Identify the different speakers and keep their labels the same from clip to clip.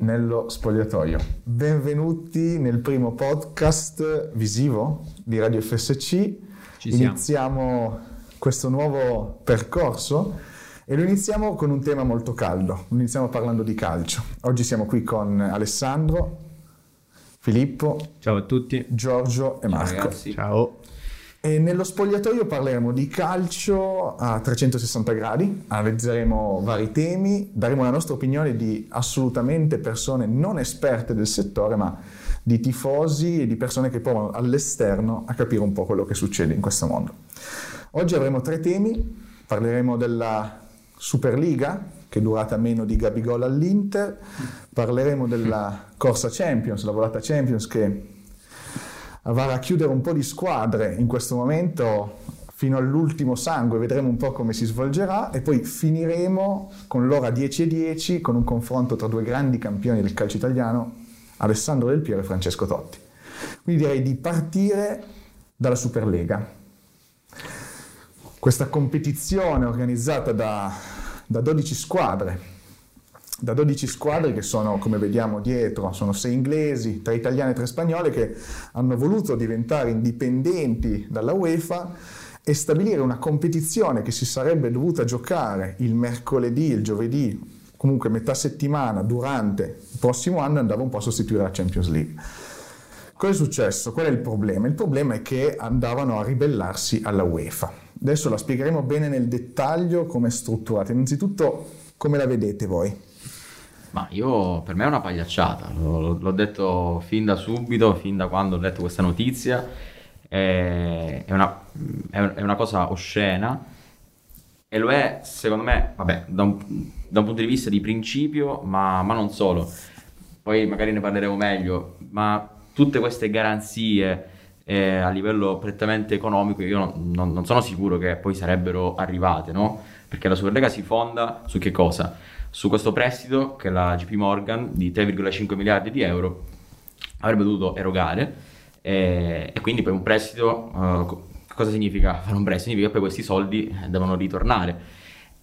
Speaker 1: nello spogliatoio. Benvenuti nel primo podcast visivo di Radio FSC.
Speaker 2: Ci siamo.
Speaker 1: Iniziamo questo nuovo percorso e lo iniziamo con un tema molto caldo. Lo iniziamo parlando di calcio. Oggi siamo qui con Alessandro, Filippo,
Speaker 2: Ciao a tutti.
Speaker 1: Giorgio e Marco.
Speaker 2: Ciao.
Speaker 1: E nello spogliatoio parleremo di calcio a 360 gradi, analizzeremo vari temi, daremo la nostra opinione di assolutamente persone non esperte del settore, ma di tifosi e di persone che provano all'esterno a capire un po' quello che succede in questo mondo. Oggi avremo tre temi, parleremo della Superliga, che è durata meno di Gabigol all'Inter, parleremo della corsa Champions, la volata Champions che va a chiudere un po' di squadre in questo momento fino all'ultimo sangue, vedremo un po' come si svolgerà e poi finiremo con l'ora 10 e 10 con un confronto tra due grandi campioni del calcio italiano, Alessandro Del Piero e Francesco Totti. Quindi direi di partire dalla Superlega. Questa competizione organizzata da, da 12 squadre, da 12 squadre che sono, come vediamo dietro, sono 6 inglesi, 3 italiane e 3 spagnole che hanno voluto diventare indipendenti dalla UEFA e stabilire una competizione che si sarebbe dovuta giocare il mercoledì, il giovedì, comunque metà settimana durante il prossimo anno andava un po' a sostituire la Champions League. Cosa è successo? Qual è il problema? Il problema è che andavano a ribellarsi alla UEFA. Adesso la spiegheremo bene nel dettaglio come è strutturata. Innanzitutto, come la vedete voi?
Speaker 3: Ma io, per me è una pagliacciata, L- l'ho detto fin da subito, fin da quando ho letto questa notizia, Eh, è è una, è- è una cosa oscena e lo è, secondo me, vabbè, da un, da un punto di vista di principio, ma, ma non solo. Poi magari ne parleremo meglio, ma tutte queste garanzie eh, a livello prettamente economico io non, non- non sono sicuro che poi sarebbero arrivate, no? Perché la Superlega si fonda su che cosa? Su questo prestito che la JP Morgan di 3,5 miliardi di euro avrebbe dovuto erogare eh, e quindi poi un prestito, eh, co- cosa significa fare un prestito? Significa che poi questi soldi eh, devono ritornare.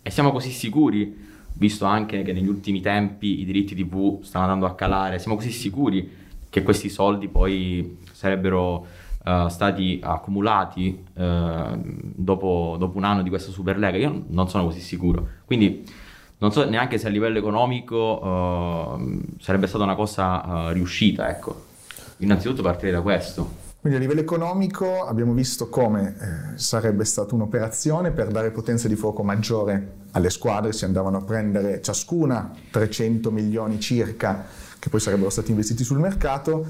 Speaker 3: E siamo così sicuri, visto anche che negli ultimi tempi i diritti TV stanno andando a calare, siamo così sicuri che questi soldi poi sarebbero eh, stati accumulati eh, dopo, dopo un anno di questa Superlega? Io non sono così sicuro. Quindi non so neanche se a livello economico eh, sarebbe stata una cosa eh, riuscita, ecco. Innanzitutto partire da questo.
Speaker 1: Quindi a livello economico abbiamo visto come eh, sarebbe stata un'operazione per dare potenza di fuoco maggiore alle squadre, si andavano a prendere ciascuna 300 milioni circa che poi sarebbero stati investiti sul mercato,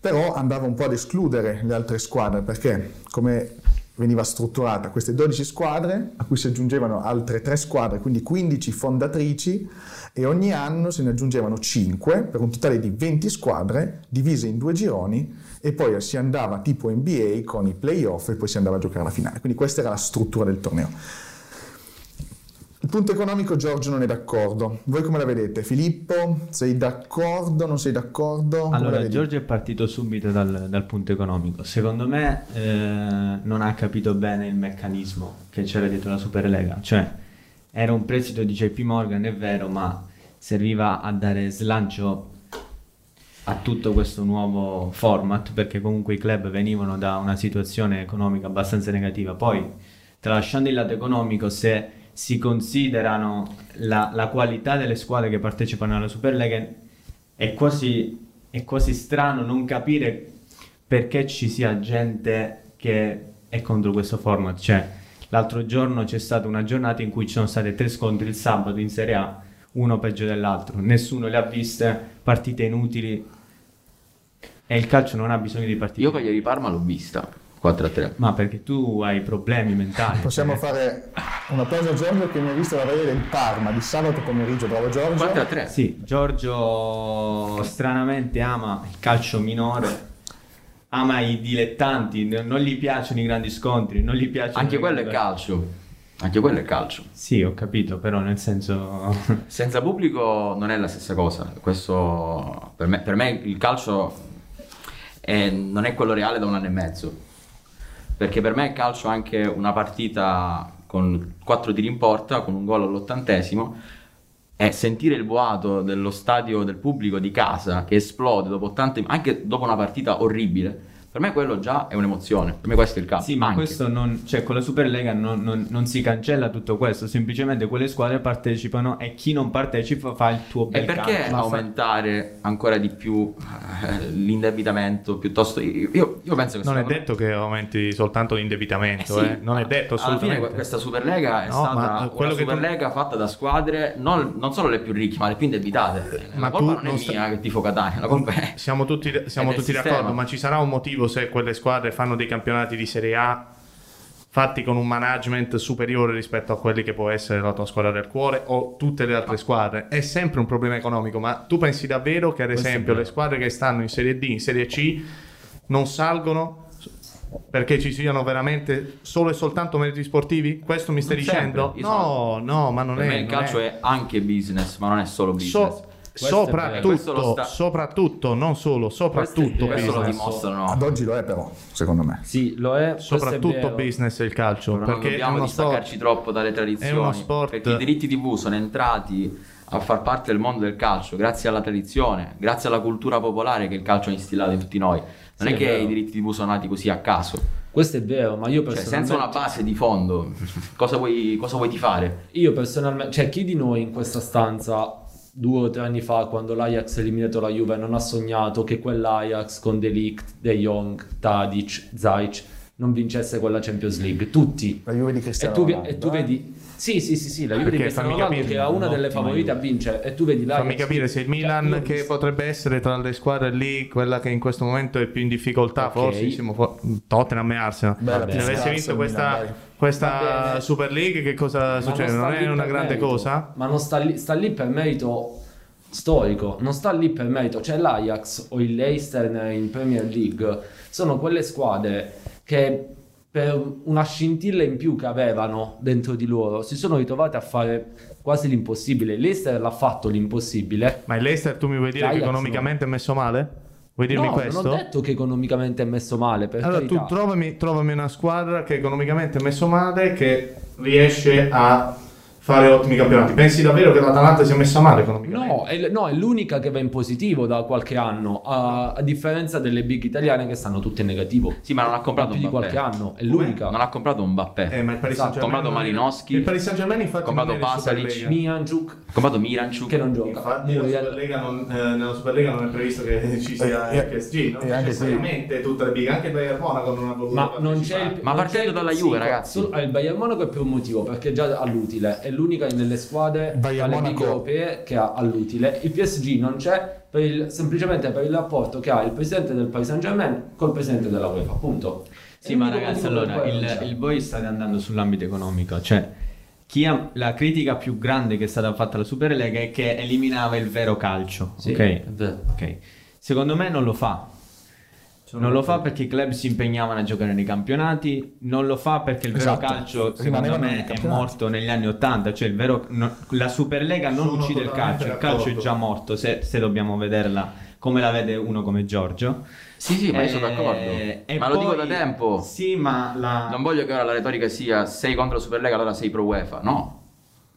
Speaker 1: però andava un po' ad escludere le altre squadre perché come veniva strutturata queste 12 squadre a cui si aggiungevano altre 3 squadre, quindi 15 fondatrici e ogni anno se ne aggiungevano 5 per un totale di 20 squadre divise in due gironi e poi si andava tipo NBA con i playoff e poi si andava a giocare la finale. Quindi questa era la struttura del torneo. Il punto economico Giorgio non è d'accordo. Voi come la vedete? Filippo, sei d'accordo? Non sei d'accordo? Come la
Speaker 2: Allora,
Speaker 1: vedi?
Speaker 2: Giorgio è partito subito dal, dal punto economico. Secondo me eh, non ha capito bene il meccanismo che c'era dietro la Superlega. Cioè, era un prestito di JP Morgan, è vero, ma serviva a dare slancio a tutto questo nuovo format perché comunque i club venivano da una situazione economica abbastanza negativa. Poi, tralasciando il lato economico, se si considerano la, la qualità delle squadre che partecipano alla Superlega, è quasi, è quasi strano non capire perché ci sia gente che è contro questo format. Cioè, l'altro giorno c'è stata una giornata in cui ci sono state tre scontri il sabato in Serie A, uno peggio dell'altro. Nessuno le ha viste, partite inutili. E il calcio non ha bisogno di partite.
Speaker 3: Io Cagliari Parma l'ho vista 4-3.
Speaker 2: Ma perché tu hai problemi mentali.
Speaker 1: Possiamo
Speaker 2: cioè.
Speaker 1: fare una pausa a Giorgio che mi ha visto la Valle del Parma di sabato pomeriggio. Bravo Giorgio.
Speaker 3: 4-3.
Speaker 2: Sì, Giorgio stranamente ama il calcio minore, ama i dilettanti, n- non gli piacciono i grandi scontri, non gli piacciono...
Speaker 3: Anche
Speaker 2: i
Speaker 3: quello è
Speaker 2: grandi-
Speaker 3: calcio. Anche quello è calcio.
Speaker 2: Sì, ho capito, però nel senso...
Speaker 3: Senza pubblico non è la stessa cosa. Questo per me, per me il calcio è- non è quello reale da un anno e mezzo. Perché per me il calcio è anche una partita con 4 tiri in porta, con un gol all'ottantesimo. e sentire il boato dello stadio del pubblico di casa che esplode dopo tante, anche dopo una partita orribile, per me quello già è un'emozione. Per me questo è il caso.
Speaker 2: Sì, ma
Speaker 3: Ah, anche.
Speaker 2: questo non, cioè, con la Superlega non, non, non si cancella tutto questo, semplicemente quelle squadre partecipano e chi non partecipa fa il tuo
Speaker 3: E
Speaker 2: bel
Speaker 3: perché
Speaker 2: calcio.
Speaker 3: aumentare ancora di più eh, l'indebitamento piuttosto... Io, io- io penso che...
Speaker 4: Non è
Speaker 3: secondo me-
Speaker 4: detto che aumenti soltanto
Speaker 3: Eh
Speaker 4: l'indebitamento,
Speaker 3: sì,
Speaker 4: eh. non è
Speaker 3: alla fine
Speaker 4: detto assolutamente.
Speaker 3: que- questa Superlega è
Speaker 4: No, ma
Speaker 3: stata una
Speaker 4: quello che tu-
Speaker 3: Superlega fatta da squadre non, non solo le più ricche, ma le più indebitate.
Speaker 4: Ma
Speaker 3: la colpa
Speaker 4: tu
Speaker 3: non è
Speaker 4: non
Speaker 3: mia
Speaker 4: sta-
Speaker 3: che tifo Catania, la colpa è...
Speaker 4: Siamo tutti, siamo
Speaker 3: È del
Speaker 4: tutti
Speaker 3: sistema.
Speaker 4: d'accordo, ma ci sarà un motivo se quelle squadre fanno dei campionati di Serie A fatti con un management superiore rispetto a quelli che può essere la tua squadra del cuore o tutte le altre squadre. È sempre un problema economico, ma tu pensi davvero che ad
Speaker 2: Questo è
Speaker 4: esempio le
Speaker 2: vero.
Speaker 4: squadre che stanno in Serie D, in Serie C, non salgono perché ci siano veramente solo e soltanto meriti sportivi? Questo mi stai
Speaker 3: Non
Speaker 4: dicendo?
Speaker 3: sempre, io
Speaker 4: No,
Speaker 3: sono-
Speaker 4: no, ma non
Speaker 3: per
Speaker 4: è...
Speaker 3: me il
Speaker 4: non
Speaker 3: calcio è... anche business, ma non è solo business.
Speaker 4: So-
Speaker 2: Questo è vero.
Speaker 3: Questo lo
Speaker 4: soprattutto,
Speaker 3: sta-
Speaker 4: soprattutto, non solo, soprattutto
Speaker 3: questo lo
Speaker 4: business.
Speaker 3: dimostrano.
Speaker 1: Ad oggi lo è però, secondo me.
Speaker 5: Sì, lo è. questo è
Speaker 4: Soprattutto
Speaker 5: vero.
Speaker 4: business e il calcio,
Speaker 3: Però non
Speaker 4: perché è
Speaker 3: dobbiamo
Speaker 4: uno
Speaker 3: distaccarci
Speaker 4: sport.
Speaker 3: troppo dalle tradizioni.
Speaker 4: è uno sport-
Speaker 3: Perché i diritti TV sono entrati a far parte del mondo del calcio grazie alla tradizione, grazie alla cultura popolare che il calcio ha instillato in tutti noi. Non
Speaker 5: Sì,
Speaker 3: è
Speaker 5: è
Speaker 3: che
Speaker 5: vero.
Speaker 3: i diritti TV sono nati così a caso,
Speaker 5: Questo è vero, ma io
Speaker 3: cioè
Speaker 5: personalmente...
Speaker 3: senza una base di fondo. cosa vuoi, cosa vuoi tifare?
Speaker 5: Io personalmente, cioè chi di noi in questa stanza due o tre anni fa quando l'Ajax ha eliminato la Juve non ha sognato che quell'Ajax con De Ligt, De Jong, Tadic, Zajc non vincesse quella Champions League? Tutti.
Speaker 1: La Juve di
Speaker 5: E
Speaker 1: Cristiano
Speaker 5: tu, vi-
Speaker 1: Ronaldo,
Speaker 5: e tu
Speaker 1: eh.
Speaker 5: vedi... Sì, sì, sì, sì, la Juve
Speaker 4: Perché
Speaker 5: di Cristiano
Speaker 4: fammi
Speaker 5: Ronaldo
Speaker 4: capire,
Speaker 5: che era una delle
Speaker 2: un'ottima
Speaker 5: favorite a
Speaker 2: Juve.
Speaker 5: vincere e tu vedi l'Ajax...
Speaker 4: Fammi capire se il Milan,
Speaker 5: Cioè,
Speaker 4: che
Speaker 5: io-
Speaker 4: potrebbe essere tra le squadre lì, quella che in questo momento è più in difficoltà,
Speaker 5: Ok.
Speaker 4: forse siamo fu- Tottenham e Arsenal.
Speaker 1: Bella
Speaker 4: Se
Speaker 1: pista,
Speaker 4: avessi vinto
Speaker 1: Arsenal,
Speaker 4: questa,
Speaker 1: Milan, dai.
Speaker 5: Va
Speaker 4: questa
Speaker 5: bene.
Speaker 4: Super League, che cosa
Speaker 5: Ma
Speaker 4: succede?
Speaker 5: sta
Speaker 4: Non
Speaker 5: lì
Speaker 4: è una
Speaker 5: per
Speaker 4: grande
Speaker 5: merito.
Speaker 4: cosa?
Speaker 5: Ma non sta lì, sta lì per merito storico, non sta lì per merito. Cioè l'Ajax o il Leicester in Premier League sono quelle squadre che per una scintilla in più che avevano dentro di loro si sono ritrovate a fare quasi l'impossibile. Il Leicester l'ha fatto l'impossibile.
Speaker 4: Ma il Leicester, tu mi vuoi dire che
Speaker 5: L'Ajax no.
Speaker 4: economicamente è messo male? Vuoi dirmi
Speaker 5: no,
Speaker 4: questo?
Speaker 5: non ho detto che economicamente è messo male. Per
Speaker 4: Allora,
Speaker 5: carità.
Speaker 4: tu trovami, trovami una squadra che economicamente è messo male, che riesce a fare ottimi campionati. Pensi davvero che l'Atalanta sia messa male economicamente?
Speaker 5: No, è, l- no, è l'unica che va in positivo da qualche anno, a, a differenza delle big italiane che stanno tutte in negativo.
Speaker 3: Sì, ma Ah, non ha comprato
Speaker 5: più di
Speaker 3: un
Speaker 5: qualche
Speaker 3: Mbappé.
Speaker 5: anno, è l'unica.
Speaker 3: Non ha comprato un Mbappé.
Speaker 4: Eh, ma il Paris
Speaker 5: Esatto,
Speaker 4: Saint-Germain-
Speaker 3: comprato Malinowski.
Speaker 4: Il Paris Saint-Germain infatti
Speaker 3: Comprato
Speaker 4: non è in
Speaker 3: Pasalic.
Speaker 4: Superlega.
Speaker 5: Mianjuk
Speaker 3: Ha comprato Miranchuk.
Speaker 5: che non gioca.
Speaker 4: Infatti nella
Speaker 5: Muriel.
Speaker 4: Superlega, non, eh, nella Superlega non è previsto che ci sia
Speaker 1: Eh,
Speaker 4: il PSG, non
Speaker 1: eh, anche sì.
Speaker 4: necessariamente tutte le big, anche il Bayern Monaco non ha voluto
Speaker 5: Ma non c'è il,
Speaker 3: Ma
Speaker 5: non
Speaker 3: partendo
Speaker 5: c'è il-
Speaker 3: dalla
Speaker 5: sì,
Speaker 3: Juve,
Speaker 5: co-
Speaker 3: ragazzi.
Speaker 5: solo- eh, il Bayern Monaco è per un motivo, perché già ha l'utile, è l'unica nelle squadre
Speaker 1: Bayern
Speaker 5: alle big
Speaker 1: Monaco-
Speaker 5: europee che ha, ha l'utile. Il PSG non c'è per il- semplicemente per il rapporto che ha il presidente del Paris Saint-Germain col presidente della UEFA, appunto.
Speaker 2: Sì, ma ragazzi, allora il, il voi state andando sull'ambito economico, cioè chi ha- la critica più grande che è stata fatta alla Superlega è che eliminava il vero calcio,
Speaker 5: Sì,
Speaker 2: ok?
Speaker 5: è vero.
Speaker 2: Ok. Secondo me non lo fa.
Speaker 5: Sono
Speaker 2: Non lo fa perché i club si impegnavano a giocare nei campionati, non lo fa perché il vero
Speaker 1: Esatto.
Speaker 2: calcio secondo
Speaker 1: Rimanevano nei
Speaker 2: me è
Speaker 1: campionati.
Speaker 2: morto negli anni 80, cioè il vero, no- la Superlega non
Speaker 4: Sono
Speaker 2: uccide il
Speaker 4: totalmente
Speaker 2: calcio, il calcio è
Speaker 4: d'accordo.
Speaker 2: già morto se, se dobbiamo vederla come la vede uno come Giorgio.
Speaker 3: Sì, sì, ma io sono
Speaker 2: Eh,
Speaker 3: d'accordo.
Speaker 2: e
Speaker 3: Ma lo dico da
Speaker 2: poi-
Speaker 3: tempo.
Speaker 2: Sì, ma la...
Speaker 3: Non voglio che ora la retorica sia sei contro la Superlega, allora sei pro UEFA. No.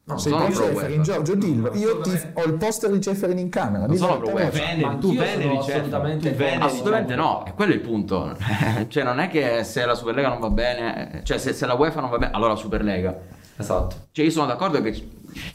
Speaker 1: No,
Speaker 3: Non
Speaker 1: sei
Speaker 3: sono
Speaker 1: con
Speaker 3: pro
Speaker 1: Ceferin,
Speaker 3: UEFA.
Speaker 1: Giorgio, dillo. Io ti- ho il poster di Ceferin in camera. dillo
Speaker 3: sono
Speaker 1: a te,
Speaker 3: pro UEFA.
Speaker 1: Lorenzo.
Speaker 2: Veneri,
Speaker 5: Ma
Speaker 2: tu
Speaker 5: anch'io
Speaker 2: Veneri,
Speaker 5: sono
Speaker 2: certo,
Speaker 5: assolutamente
Speaker 2: tu Veneri, certo.
Speaker 5: contro.
Speaker 3: Eh, Assolutamente
Speaker 2: diciamo.
Speaker 3: no, e quello è il punto. cioè, non è che se la Superlega non va bene, cioè se, se la UEFA non va bene, allora la Superlega.
Speaker 5: Esatto.
Speaker 3: Cioè, io sono d'accordo che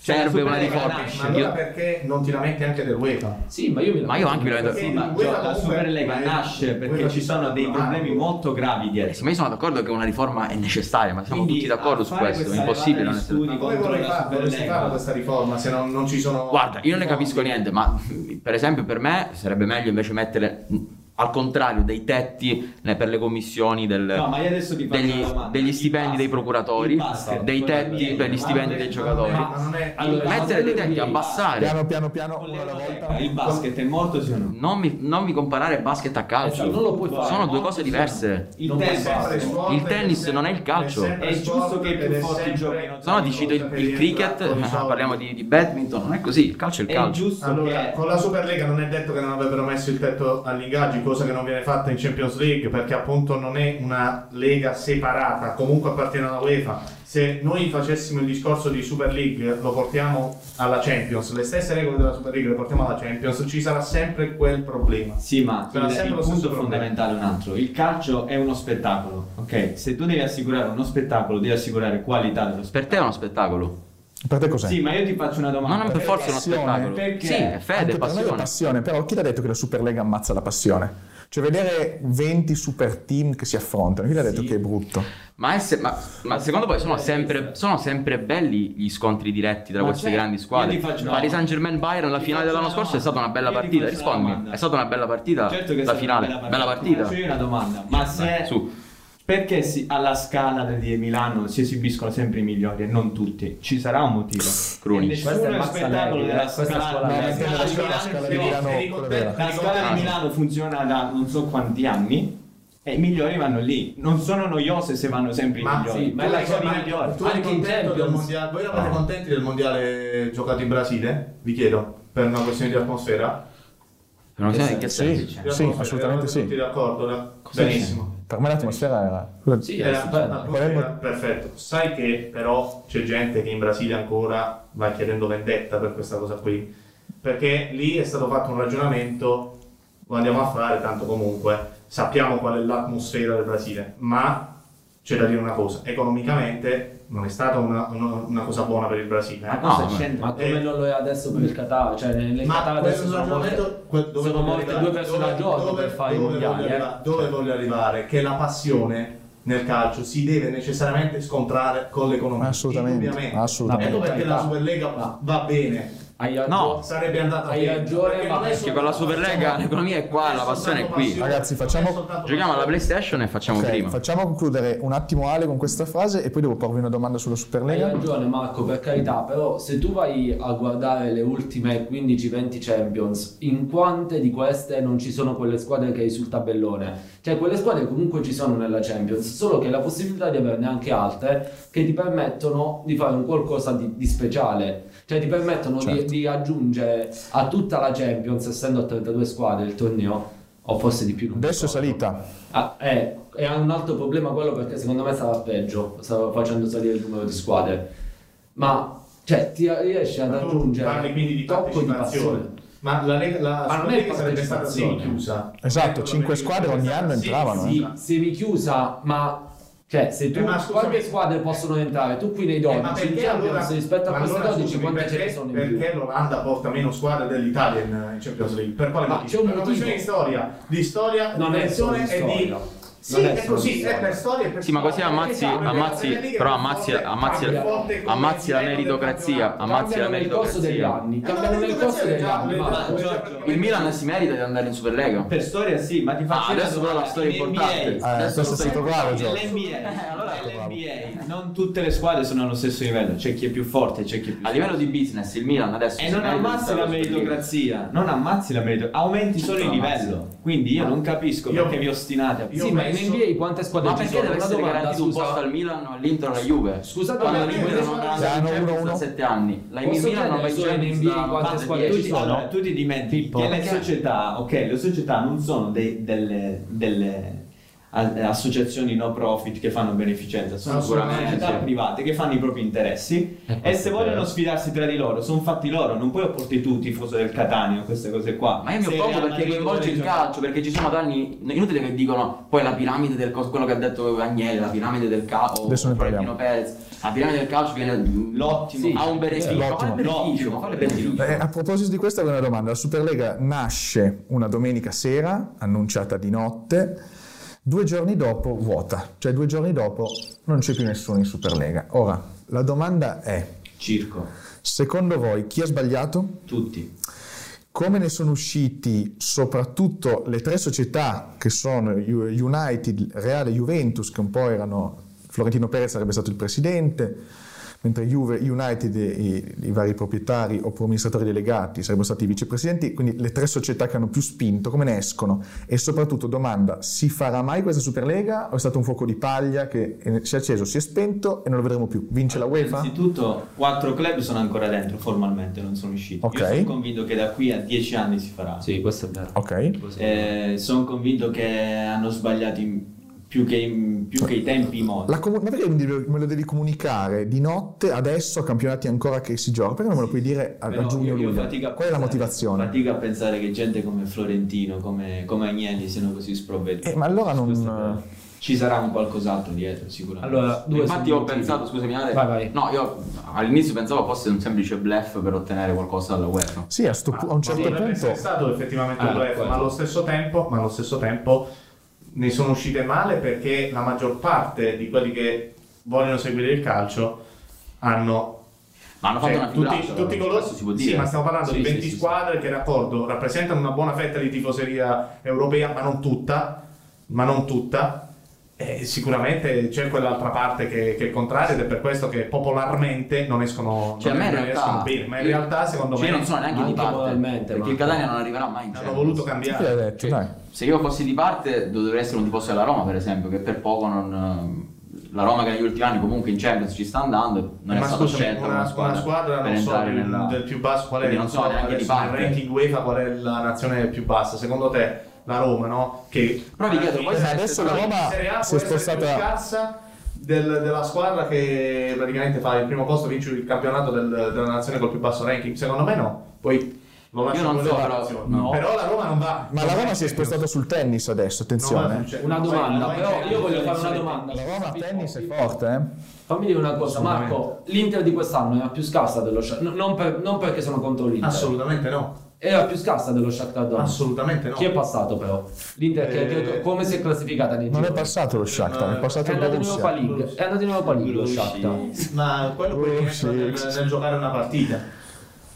Speaker 3: serve
Speaker 2: la
Speaker 3: una
Speaker 2: Superlega
Speaker 3: riforma.
Speaker 2: nasce,
Speaker 4: Ma allora
Speaker 3: Io-
Speaker 4: perché non ti lamenti anche del UEFA?
Speaker 5: Sì, ma io mi
Speaker 3: ma io anche mi lamento.
Speaker 4: Perché
Speaker 2: Sì, ma
Speaker 4: Quella
Speaker 2: Gio, la
Speaker 4: comunque-
Speaker 2: Superlega nasce perché ci sono dei problemi molto gravi dietro.
Speaker 3: Ma io sono d'accordo che una riforma è necessaria, ma siamo
Speaker 2: Quindi,
Speaker 3: tutti d'accordo
Speaker 2: a
Speaker 3: su
Speaker 2: fare
Speaker 3: questo. È
Speaker 2: questa
Speaker 3: impossibile non
Speaker 2: levata di
Speaker 3: essere.
Speaker 2: studi
Speaker 4: Ma come
Speaker 2: contro
Speaker 4: vorrei
Speaker 2: la
Speaker 4: fa- vorresti
Speaker 2: Superlega?
Speaker 4: fare questa riforma se non, non ci sono...
Speaker 3: Guarda, io non ne
Speaker 4: fondi?
Speaker 3: capisco niente, ma per esempio per me sarebbe meglio invece mettere mh, al contrario dei tetti né, per le commissioni del,
Speaker 2: No, ma io adesso ti faccio
Speaker 3: degli,
Speaker 2: una domanda.
Speaker 3: degli
Speaker 2: Il
Speaker 3: stipendi dei
Speaker 2: basket-
Speaker 3: procuratori,
Speaker 2: il basket,
Speaker 3: dei
Speaker 2: quello
Speaker 3: tetti
Speaker 2: bello.
Speaker 3: per gli
Speaker 2: Ma
Speaker 3: stipendi
Speaker 2: non è-
Speaker 3: dei giocatori.
Speaker 4: Ma non è...
Speaker 5: Allora,
Speaker 3: Mettere dei
Speaker 5: ma-
Speaker 3: tetti, abbassare.
Speaker 1: Piano piano piano,
Speaker 2: Con
Speaker 1: uno alla
Speaker 2: l'Eurolega,
Speaker 1: volta.
Speaker 2: Il basket è morto sì o no?
Speaker 3: Non mi, non mi comparare basket a calcio.
Speaker 5: Esatto, non lo puoi fare.
Speaker 3: Sono due cose diverse.
Speaker 2: Il
Speaker 5: Non
Speaker 4: È
Speaker 2: tennis
Speaker 4: sempre sport,
Speaker 3: Il tennis
Speaker 4: è
Speaker 3: non è il calcio.
Speaker 4: sempre
Speaker 2: È giusto
Speaker 4: sport
Speaker 2: che i più
Speaker 4: ed è
Speaker 2: forti
Speaker 4: sempre
Speaker 2: giochino.
Speaker 3: Se no ti cito il, il cricket,
Speaker 4: Di solito.
Speaker 3: eh, parliamo di, di badminton, non è così, il calcio è il
Speaker 2: È
Speaker 3: calcio.
Speaker 2: giusto
Speaker 4: Allora,
Speaker 2: che...
Speaker 4: con la Superlega non è detto che non avrebbero messo il tetto agli ingaggi,
Speaker 6: cosa che non viene fatta in Champions League perché appunto non è una lega separata, comunque appartiene alla UEFA. Se noi facessimo il discorso di Super League lo portiamo alla Champions, le stesse regole della Super League le portiamo alla Champions, ci sarà sempre quel problema.
Speaker 2: Sì, ma il,
Speaker 6: Però sempre
Speaker 2: il
Speaker 6: lo stesso
Speaker 2: punto
Speaker 6: problema.
Speaker 2: fondamentale è un altro. Il calcio è uno spettacolo, ok? Se tu devi assicurare uno spettacolo, devi assicurare qualità dello
Speaker 3: Per
Speaker 2: spettacolo.
Speaker 3: te è uno spettacolo.
Speaker 1: Per te cos'è?
Speaker 2: Sì, ma io ti faccio una
Speaker 3: Ma
Speaker 2: domanda. Eh,
Speaker 3: non per
Speaker 2: Perché-
Speaker 3: forza è uno
Speaker 1: passione.
Speaker 3: spettacolo.
Speaker 2: Perché?
Speaker 3: Sì, è fede,
Speaker 1: Anche
Speaker 3: è
Speaker 1: per noi è
Speaker 3: passione.
Speaker 1: passione, però chi ti ha detto che la Superlega ammazza la passione? Cioè vedere 20 super team che si affrontano, chi ti ha detto
Speaker 2: Sì.
Speaker 1: che è brutto?
Speaker 3: Ma, è se- ma- ma secondo voi sono sempre, sono sempre belli gli scontri diretti tra
Speaker 2: Ma certo.
Speaker 3: queste
Speaker 2: c'è-
Speaker 3: grandi
Speaker 2: eh, io
Speaker 3: squadre?
Speaker 2: ti faccio- no.
Speaker 3: Paris Saint Germain Bayern, la
Speaker 2: Ti
Speaker 3: finale
Speaker 2: faccio
Speaker 3: dell'anno
Speaker 2: una
Speaker 3: scorso è stata una bella
Speaker 2: domanda. Io ti
Speaker 3: partita,
Speaker 2: faccio una
Speaker 3: rispondimi.
Speaker 2: domanda.
Speaker 3: È stata una bella partita
Speaker 2: Certo che è
Speaker 3: la
Speaker 2: stata
Speaker 3: finale.
Speaker 2: una
Speaker 3: Bella
Speaker 2: Ti
Speaker 3: partita.
Speaker 2: Faccio io una domanda, ma se
Speaker 3: Dai, su.
Speaker 2: perché si- alla scala di Milano si esibiscono sempre i migliori e non tutti? Ci sarà un motivo.
Speaker 3: Cruni.
Speaker 2: E nessuno
Speaker 5: Questo è
Speaker 2: è
Speaker 5: Mazza
Speaker 2: spettacolo
Speaker 5: Negri,
Speaker 2: della
Speaker 5: eh, questa
Speaker 2: scala-
Speaker 5: scuola-
Speaker 2: la
Speaker 5: No,
Speaker 1: perché
Speaker 2: scala
Speaker 1: la
Speaker 2: di
Speaker 1: scala-
Speaker 2: Milano
Speaker 1: la scala
Speaker 2: è
Speaker 1: di
Speaker 2: felice.
Speaker 1: Milano-
Speaker 2: La
Speaker 6: Ah,
Speaker 2: scala di Milano funziona da non so quanti anni e i migliori vanno lì. Non sono noiose se vanno sempre i
Speaker 4: Ma
Speaker 2: migliori.
Speaker 5: sì, ma è la
Speaker 2: Sono i
Speaker 5: cosa-
Speaker 2: migliori.
Speaker 4: Tu eri
Speaker 5: Anche in
Speaker 4: contento del
Speaker 5: Champions.
Speaker 4: mondiale? Voi eravate contenti del mondiale giocato in Brasile? Vi chiedo, per una questione di atmosfera?
Speaker 3: Per una questione di che
Speaker 1: Sì,
Speaker 3: senso?
Speaker 4: Di
Speaker 1: sì,
Speaker 4: atmosfera,
Speaker 1: assolutamente
Speaker 4: eravate Tutti
Speaker 1: sì.
Speaker 4: d'accordo? da-
Speaker 2: Cosa
Speaker 4: Benissimo.
Speaker 1: Per me l'atmosfera era...
Speaker 5: Sì, è
Speaker 4: Era
Speaker 5: stupendo.
Speaker 4: un'atmosfera perfetto. Sai che però c'è gente che in Brasile ancora va chiedendo vendetta per questa cosa qui. Perché lì è stato fatto un ragionamento, lo andiamo a fare, tanto comunque sappiamo qual è l'atmosfera del Brasile, ma c'è da dire una cosa, economicamente non è stata una, una- una cosa buona per il Brasile. eh.
Speaker 2: Ma cosa
Speaker 3: No, ma-
Speaker 2: c'entra?
Speaker 5: Ma come
Speaker 4: Eh.
Speaker 5: non lo è adesso per il Qatar? Cioè, nel Qatar
Speaker 4: Ma
Speaker 5: adesso
Speaker 4: questo
Speaker 5: sono
Speaker 4: ragionamento
Speaker 5: morte,
Speaker 4: que- dove
Speaker 5: sono
Speaker 4: voglio
Speaker 5: morte
Speaker 4: arrivare?
Speaker 5: due persone
Speaker 4: Dove-
Speaker 5: al giorno
Speaker 4: dove-
Speaker 5: per fare i
Speaker 4: dove
Speaker 5: mondiali.
Speaker 4: voglio
Speaker 5: eh.
Speaker 4: arrivare- Dove voglio arrivare? Che la passione nel calcio si deve necessariamente scontrare con l'economia.
Speaker 1: Assolutamente,
Speaker 4: indubbiamente.
Speaker 1: assolutamente.
Speaker 4: Ecco perché la Superlega va- va bene.
Speaker 5: Hai ragione.
Speaker 3: No.
Speaker 4: Sarebbe andata
Speaker 5: Hai
Speaker 4: bene.
Speaker 5: ragione,
Speaker 4: Perché
Speaker 5: ma
Speaker 4: non è
Speaker 5: perché
Speaker 4: solo-
Speaker 3: con la Superlega l'economia è qua,
Speaker 4: non
Speaker 3: la
Speaker 4: soltanto
Speaker 3: passione è qui.
Speaker 4: passione,
Speaker 1: Ragazzi,
Speaker 4: non è
Speaker 1: facciamo-
Speaker 4: soltanto
Speaker 3: Giochiamo alla
Speaker 4: passione.
Speaker 3: PlayStation e facciamo
Speaker 1: Ok,
Speaker 3: prima.
Speaker 1: facciamo concludere un attimo Ale con questa frase e poi devo porvi una domanda sulla
Speaker 5: Hai
Speaker 1: Superlega.
Speaker 5: ragione Marco, per carità, però se tu vai a guardare le ultime 15-20 Champions, in quante di queste non ci sono quelle squadre che hai sul tabellone? Cioè quelle squadre comunque ci sono nella Champions, solo che la possibilità di averne anche altre che ti permettono di fare un qualcosa di, di speciale, cioè ti permettono di-
Speaker 1: Certo.
Speaker 5: di, aggiungere a tutta la Champions, essendo a 32 squadre il torneo, o forse di più. non mi
Speaker 1: Adesso è
Speaker 5: ricordo.
Speaker 1: salita.
Speaker 5: Ah, eh, è un altro problema quello perché secondo me sarà peggio, stava facendo salire il numero di squadre. Ma cioè, ti riesci ad
Speaker 4: Ma tu Parli
Speaker 5: aggiungere
Speaker 4: quindi di
Speaker 5: tocco di
Speaker 4: partecipazione.
Speaker 5: passione.
Speaker 4: Ma la, Lega- la
Speaker 5: Ma non è
Speaker 4: Superlega sarebbe stata
Speaker 5: partecipazione.
Speaker 4: semichiusa.
Speaker 1: Esatto,
Speaker 4: Ecco
Speaker 1: cinque
Speaker 4: perché-
Speaker 1: squadre ogni anno
Speaker 4: Sì,
Speaker 1: entravano, eh.
Speaker 4: sì.
Speaker 5: Sì, semichiusa, ma cioè, se tu
Speaker 4: Eh, ma scusami-
Speaker 5: quante squadre possono entrare? Tu qui nei
Speaker 4: Eh,
Speaker 5: 12,
Speaker 4: ma
Speaker 5: in
Speaker 4: perché
Speaker 5: Champions
Speaker 4: allora,
Speaker 5: diciamo rispetto a
Speaker 4: ma
Speaker 5: queste
Speaker 4: allora,
Speaker 5: 12,
Speaker 4: scusami,
Speaker 5: quante ce
Speaker 4: perché,
Speaker 5: ne sono in più?
Speaker 4: perché l'Olanda porta meno squadre dell'Italia in, in Champions League? Per quale
Speaker 5: Ma
Speaker 4: motivo?
Speaker 5: c'è un
Speaker 4: per una questione di
Speaker 5: motivo.
Speaker 4: storia, di storia,
Speaker 5: Non
Speaker 4: di
Speaker 5: è solo di
Speaker 4: persone e di...
Speaker 5: storia.
Speaker 4: Sì,
Speaker 5: Non
Speaker 4: è,
Speaker 5: solo di
Speaker 4: così, è
Speaker 5: storia.
Speaker 4: per storia e per
Speaker 3: Sì, ma così
Speaker 4: storia.
Speaker 3: ammazzi-
Speaker 4: Esatto, perché la
Speaker 3: ammazzi-
Speaker 4: Premier League è
Speaker 3: però
Speaker 4: più
Speaker 3: ammazzi-
Speaker 4: forte-
Speaker 3: ammazzi-
Speaker 4: più forte come
Speaker 3: ammazzi la
Speaker 4: livello del
Speaker 3: meritocrazia,
Speaker 4: campionato.
Speaker 3: ammazzi la
Speaker 5: Cambiano nel corso
Speaker 3: meritocrazia.
Speaker 5: degli anni,
Speaker 4: Eh, ma la
Speaker 5: cambiano nel
Speaker 4: meritocrazia
Speaker 5: corso degli
Speaker 4: già- cioè,
Speaker 5: anni.
Speaker 4: le-
Speaker 5: ma-
Speaker 4: le-
Speaker 5: Giorgio,
Speaker 3: Il Milan si merita di andare in Superlega.
Speaker 2: Per storia sì, ma ti
Speaker 3: Ah,
Speaker 2: faccio
Speaker 3: adesso però la storia è importante. Ah,
Speaker 1: Eh, questo è stato bravo Giorgio.
Speaker 2: Nell'NBA non tutte le squadre sono allo stesso livello, c'è chi è più forte, c'è chi è più
Speaker 3: A livello di business, il Milan adesso.
Speaker 2: E
Speaker 3: si
Speaker 2: non
Speaker 3: merita di
Speaker 2: ammazzi
Speaker 3: stare
Speaker 2: la
Speaker 3: alla Superlega.
Speaker 2: meritocrazia, non ammazzi la meritocrazia, aumenti solo il
Speaker 3: Non ammazzi.
Speaker 2: livello. Quindi io non capisco
Speaker 4: Io-
Speaker 2: perché vi ostinate a
Speaker 4: Io
Speaker 5: Sì, ma in
Speaker 4: penso-
Speaker 5: NBA quante squadre
Speaker 3: Ma
Speaker 5: ci
Speaker 3: perché
Speaker 5: sono?
Speaker 3: deve
Speaker 5: Una
Speaker 3: essere
Speaker 5: domanda,
Speaker 3: garantito un posto
Speaker 5: scusa.
Speaker 3: al Milan o all'Inter o alla Juve?
Speaker 5: Scusate,
Speaker 3: Quando
Speaker 5: ma
Speaker 3: la
Speaker 4: perché
Speaker 3: Juve
Speaker 4: deve
Speaker 3: non
Speaker 4: fare-
Speaker 3: ha
Speaker 1: Saranno
Speaker 3: la
Speaker 1: uno,
Speaker 3: Champions
Speaker 1: uno?
Speaker 3: da 7 anni, la il
Speaker 5: Posso
Speaker 3: Milan non va in
Speaker 5: chiedere
Speaker 3: Champions
Speaker 5: solo in NBA
Speaker 3: da
Speaker 5: quante
Speaker 3: 10
Speaker 5: squadre
Speaker 2: tu
Speaker 5: ci
Speaker 2: ti,
Speaker 5: sono?
Speaker 2: allora, tu ti dimentichi
Speaker 5: Pippo?
Speaker 2: che le
Speaker 3: Perché?
Speaker 2: società, ok, le società non sono dei- delle, delle a- associazioni no profit che fanno beneficenza, sono
Speaker 3: Assolutamente,
Speaker 2: società
Speaker 3: sì.
Speaker 2: private che fanno i propri interessi
Speaker 3: Eh,
Speaker 2: e se vogliono sfidarsi tra di loro, sono fatti loro, non puoi opporti tu, tifoso del Catania, queste cose qua.
Speaker 3: Ma io mi
Speaker 2: Se
Speaker 3: oppongo
Speaker 2: Real
Speaker 3: perché
Speaker 2: Madrid
Speaker 3: coinvolge il
Speaker 2: vuole
Speaker 3: calcio, perché ci sono danni inutile che dicono poi la piramide del coso, quello che ha detto Agnelli, la piramide del calcio,
Speaker 1: Adesso ne
Speaker 3: Florentino Perez, la piramide del calcio viene
Speaker 2: L'ottimo.
Speaker 3: sì, ha un beneficio,
Speaker 1: Sì,
Speaker 3: ma quale
Speaker 1: l'ottimo.
Speaker 3: beneficio, ma quale beneficio?
Speaker 1: Eh, a proposito di questa, avrei una domanda. La Superlega nasce una domenica sera, annunciata di notte, due giorni dopo vuota, cioè due giorni dopo non c'è più nessuno in Superlega. Ora, la domanda è,
Speaker 2: Circo,
Speaker 1: secondo voi chi ha sbagliato?
Speaker 2: tutti.
Speaker 1: Come ne sono usciti soprattutto le tre società che sono Ju- United, Reale e Juventus, che un po' erano... Florentino Perez sarebbe stato il presidente, mentre Juve, United e i, i vari proprietari o amministratori delegati sarebbero stati i vicepresidenti, quindi le tre società che hanno più spinto, come ne escono? E soprattutto domanda, si farà mai questa Superlega o è stato un fuoco di paglia che eh, si è acceso, si è spento e non lo vedremo più? Vince la UEFA?
Speaker 2: Innanzitutto, quattro club sono ancora dentro formalmente, non sono usciti.
Speaker 1: Ok.
Speaker 2: Io sono convinto che da qui a dieci anni si farà.
Speaker 5: Sì, questo è vero.
Speaker 1: Ok.
Speaker 5: Così.
Speaker 2: sono Eh, convinto che hanno sbagliato in- più, che in- più che i tempi i modi.
Speaker 1: La comu- ma perché mi devi- me lo devi comunicare di notte, adesso, a campionati ancora che si gioca? Perché non me lo puoi dire a, a
Speaker 2: Però
Speaker 1: giugno
Speaker 2: io- io
Speaker 1: luglio?
Speaker 2: fatico a
Speaker 1: Qual è la
Speaker 2: pensare-
Speaker 1: motivagnone?
Speaker 2: Fatico a pensare che gente come Florentino, come, come Agnelli siano così sprovveduti.
Speaker 1: Eh, ma allora non-
Speaker 2: Questo è vero. Ci sarà un qualcos'altro dietro, sicuramente.
Speaker 5: Allora, due
Speaker 3: Infatti
Speaker 5: sono
Speaker 3: ho
Speaker 5: motivi.
Speaker 3: pensato, scusami Ale,
Speaker 5: Vai, vai.
Speaker 3: no, io all'inizio pensavo fosse un semplice bluff per ottenere qualcosa dalla UEFA.
Speaker 1: Sì, a, sto pu- a
Speaker 4: Ma
Speaker 1: un certo
Speaker 4: potrebbe essere
Speaker 1: punto...
Speaker 4: stato effettivamente
Speaker 5: Ah,
Speaker 4: un blef,
Speaker 5: quello.
Speaker 4: ma allo stesso tempo, ma allo stesso tempo ne sono uscite male perché la maggior parte di quelli che vogliono seguire il calcio hanno
Speaker 3: Ma hanno fatto
Speaker 4: cioè,
Speaker 3: una figuraccia,
Speaker 4: tutti,
Speaker 3: allora,
Speaker 4: tutti
Speaker 3: questo
Speaker 4: coloro
Speaker 3: si può
Speaker 4: sì
Speaker 3: dire.
Speaker 4: ma stiamo parlando
Speaker 3: Sì,
Speaker 4: di
Speaker 3: sì,
Speaker 4: 20
Speaker 3: sì, sì.
Speaker 4: squadre che d'accordo rappresentano una buona fetta di tifoseria europea ma non tutta ma non tutta Eh, sicuramente c'è quell'altra parte che, che è contraria ed è per questo che popolarmente non escono,
Speaker 3: Cioè, a
Speaker 4: non
Speaker 3: me in
Speaker 4: non
Speaker 3: realtà,
Speaker 4: escono bene ma in realtà secondo
Speaker 3: cioè,
Speaker 4: me
Speaker 3: io non sono neanche di
Speaker 5: anche
Speaker 3: parte
Speaker 5: moralmente,
Speaker 3: perché
Speaker 5: Marco.
Speaker 3: il Catania non arriverà mai in
Speaker 4: hanno
Speaker 3: Champions.
Speaker 4: voluto
Speaker 1: Chi l'ha
Speaker 4: cambiare
Speaker 1: detto? Dai.
Speaker 3: Se io fossi di parte do- dovrei essere un tifoso della Roma, per esempio, che per poco non la Roma che negli ultimi anni comunque in Champions ci sta andando, non è
Speaker 4: Eh, ma
Speaker 3: stata
Speaker 4: scusami,
Speaker 3: scelta
Speaker 4: una,
Speaker 3: una squadra,
Speaker 4: una squadra
Speaker 3: per
Speaker 4: non so,
Speaker 3: entrare
Speaker 4: del-
Speaker 3: nella
Speaker 4: del più basso qual è
Speaker 3: Quindi non so
Speaker 4: adesso
Speaker 3: neanche di
Speaker 4: nel
Speaker 3: parte.
Speaker 4: ranking UEFA qual è la nazione più bassa secondo te la Roma no? che
Speaker 3: Però vi chiedo, poi
Speaker 4: alla
Speaker 3: se
Speaker 4: fine-
Speaker 1: adesso la Roma
Speaker 4: Serie A
Speaker 1: si è
Speaker 4: può essere
Speaker 1: spostata-
Speaker 4: più scarsa del- della squadra che praticamente fa il primo posto vince il campionato del- della nazione col più basso ranking secondo me no poi lo lascio
Speaker 3: Io non
Speaker 4: pure
Speaker 3: so,
Speaker 4: alla
Speaker 3: però-
Speaker 4: nazione.
Speaker 3: no.
Speaker 4: però la Roma non va
Speaker 1: Ma la Roma si è spostata sul tennis adesso, attenzione.
Speaker 4: Cioè,
Speaker 1: eh.
Speaker 5: Una domanda, però io voglio fare una domanda.
Speaker 1: La Roma a tennis è forte, eh?
Speaker 5: Fammi dire una cosa, Marco, l'Inter di quest'anno era più scarsa dello Shakhtar, non, per- non perché sono contro l'Inter,
Speaker 4: assolutamente no
Speaker 5: era più scarsa dello Shakhtar Donetsk.
Speaker 4: assolutamente no
Speaker 5: Chi è passato però? L'Inter che- che-
Speaker 4: Eh,
Speaker 5: come si è classificata nei
Speaker 1: Non
Speaker 5: gironi?
Speaker 1: è passato lo Shakhtar, è passato
Speaker 5: È
Speaker 1: il
Speaker 5: andato in Europa
Speaker 1: Borussia.
Speaker 5: League, è andato in Europa League lo Shakhtar.
Speaker 4: ma quello poi
Speaker 1: Oh,
Speaker 4: rientra
Speaker 1: sì.
Speaker 4: nel, nel giocare una partita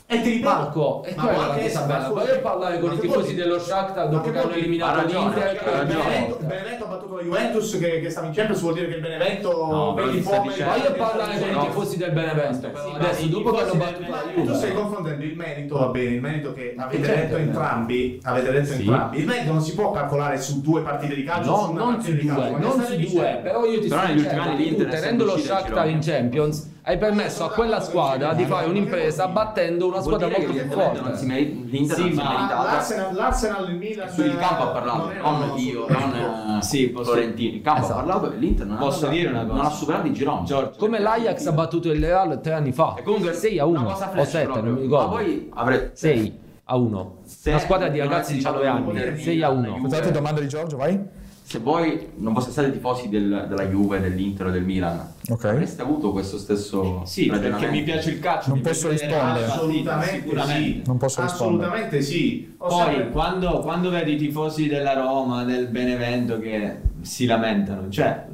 Speaker 4: e ti ripeto
Speaker 5: Marco, e
Speaker 4: ma
Speaker 5: quella è la
Speaker 4: guarda che-
Speaker 5: cosa
Speaker 4: ma
Speaker 5: bella.
Speaker 4: scusa,
Speaker 5: Voglio parlare con
Speaker 4: ma
Speaker 5: i
Speaker 4: che
Speaker 5: tifosi
Speaker 4: vuol dire?
Speaker 5: dello Shakhtar dopo
Speaker 4: Ma
Speaker 5: che hanno
Speaker 4: vuol dire?
Speaker 5: eliminato
Speaker 3: Ha ragione, ha
Speaker 5: l'Inter.
Speaker 3: ragione.
Speaker 5: che-
Speaker 4: eh, Benevento, Benevento ha battuto la Juventus che, che stava in Champions vuol dire che il Benevento
Speaker 3: No, però
Speaker 4: vedi
Speaker 3: ti
Speaker 4: un po'
Speaker 3: sta
Speaker 4: come-
Speaker 3: dicendo-
Speaker 5: Voglio parlare con i
Speaker 4: No.
Speaker 5: tifosi del Benevento. però Adesso, dopo che hanno battuto la
Speaker 4: Tu stai
Speaker 5: Juve,
Speaker 4: confondendo il merito, va bene, il merito che avete
Speaker 5: Certo,
Speaker 4: detto
Speaker 5: no.
Speaker 4: entrambi, avete detto
Speaker 5: Sì.
Speaker 4: entrambi, il merito non si può calcolare su due partite di
Speaker 3: Ah,
Speaker 4: calcio,
Speaker 5: No,
Speaker 4: su una
Speaker 5: non
Speaker 4: partita
Speaker 5: su
Speaker 4: di calcio,
Speaker 5: due,
Speaker 4: ma
Speaker 5: non
Speaker 4: stai
Speaker 5: su
Speaker 4: dicendo?
Speaker 5: due, però io ti
Speaker 3: Però
Speaker 5: sto
Speaker 3: negli ultimi
Speaker 5: dicendo
Speaker 3: anni
Speaker 5: che tu
Speaker 3: l'Inter è
Speaker 5: tenendo lo
Speaker 3: sempre uscita in
Speaker 5: Shakhtar in
Speaker 3: gironi.
Speaker 5: Champions hai permesso a quella squadra di fare un'impresa battendo una
Speaker 3: Vuol
Speaker 5: squadra
Speaker 3: dire
Speaker 5: molto
Speaker 3: che
Speaker 5: più
Speaker 3: evidentemente non si
Speaker 5: forte.
Speaker 3: merita- l'Inter
Speaker 2: Sì,
Speaker 3: non si
Speaker 2: ma
Speaker 3: è
Speaker 4: Ma
Speaker 3: meritata.
Speaker 4: L'Arsenal, l'Arsenal, il Milan...
Speaker 3: Sul campo ha parlato,
Speaker 4: Cioè, eh, non erano
Speaker 3: non io,
Speaker 4: sul-
Speaker 3: non eh,
Speaker 2: Sì, posso-
Speaker 3: Florentino. Il campo
Speaker 5: Esatto.
Speaker 3: ha parlato e l'Inter non,
Speaker 2: Posso
Speaker 3: ha,
Speaker 2: dire una cosa?
Speaker 3: non ha superato i gironi.
Speaker 2: Giorgio,
Speaker 5: Come l'Ajax ha battuto il Real tre anni fa,
Speaker 3: E comunque
Speaker 5: 6 a
Speaker 3: una
Speaker 5: 1
Speaker 3: cosa
Speaker 5: o
Speaker 3: flash
Speaker 5: 7,
Speaker 3: proprio.
Speaker 5: non mi
Speaker 3: Ma
Speaker 5: ricordo.
Speaker 3: voi avrete
Speaker 5: 6 a 1.
Speaker 3: Se
Speaker 5: Una squadra di
Speaker 3: non diciamo
Speaker 5: ragazzi di
Speaker 3: avessi fatto
Speaker 5: 19
Speaker 3: il
Speaker 5: anni,
Speaker 3: Milan,
Speaker 5: 6 a 1.
Speaker 3: Juve,
Speaker 1: Scusate, domanda di Giorgio, vai.
Speaker 3: Se voi non foste stati tifosi del- della Juve, dell'Inter o del Milan,
Speaker 1: Ok.
Speaker 3: avreste avuto questo stesso
Speaker 2: Sì, perché mi piace il calcio.
Speaker 1: Non
Speaker 2: mi piace
Speaker 1: posso
Speaker 2: vedere
Speaker 1: rispondere.
Speaker 2: la partita,
Speaker 4: Assolutamente sì.
Speaker 2: sicuramente.
Speaker 1: Non posso rispondere.
Speaker 4: Assolutamente sì. Ho
Speaker 2: Poi
Speaker 4: sempre-
Speaker 2: quando, quando vedi i tifosi della Roma, del Benevento che si lamentano, cioè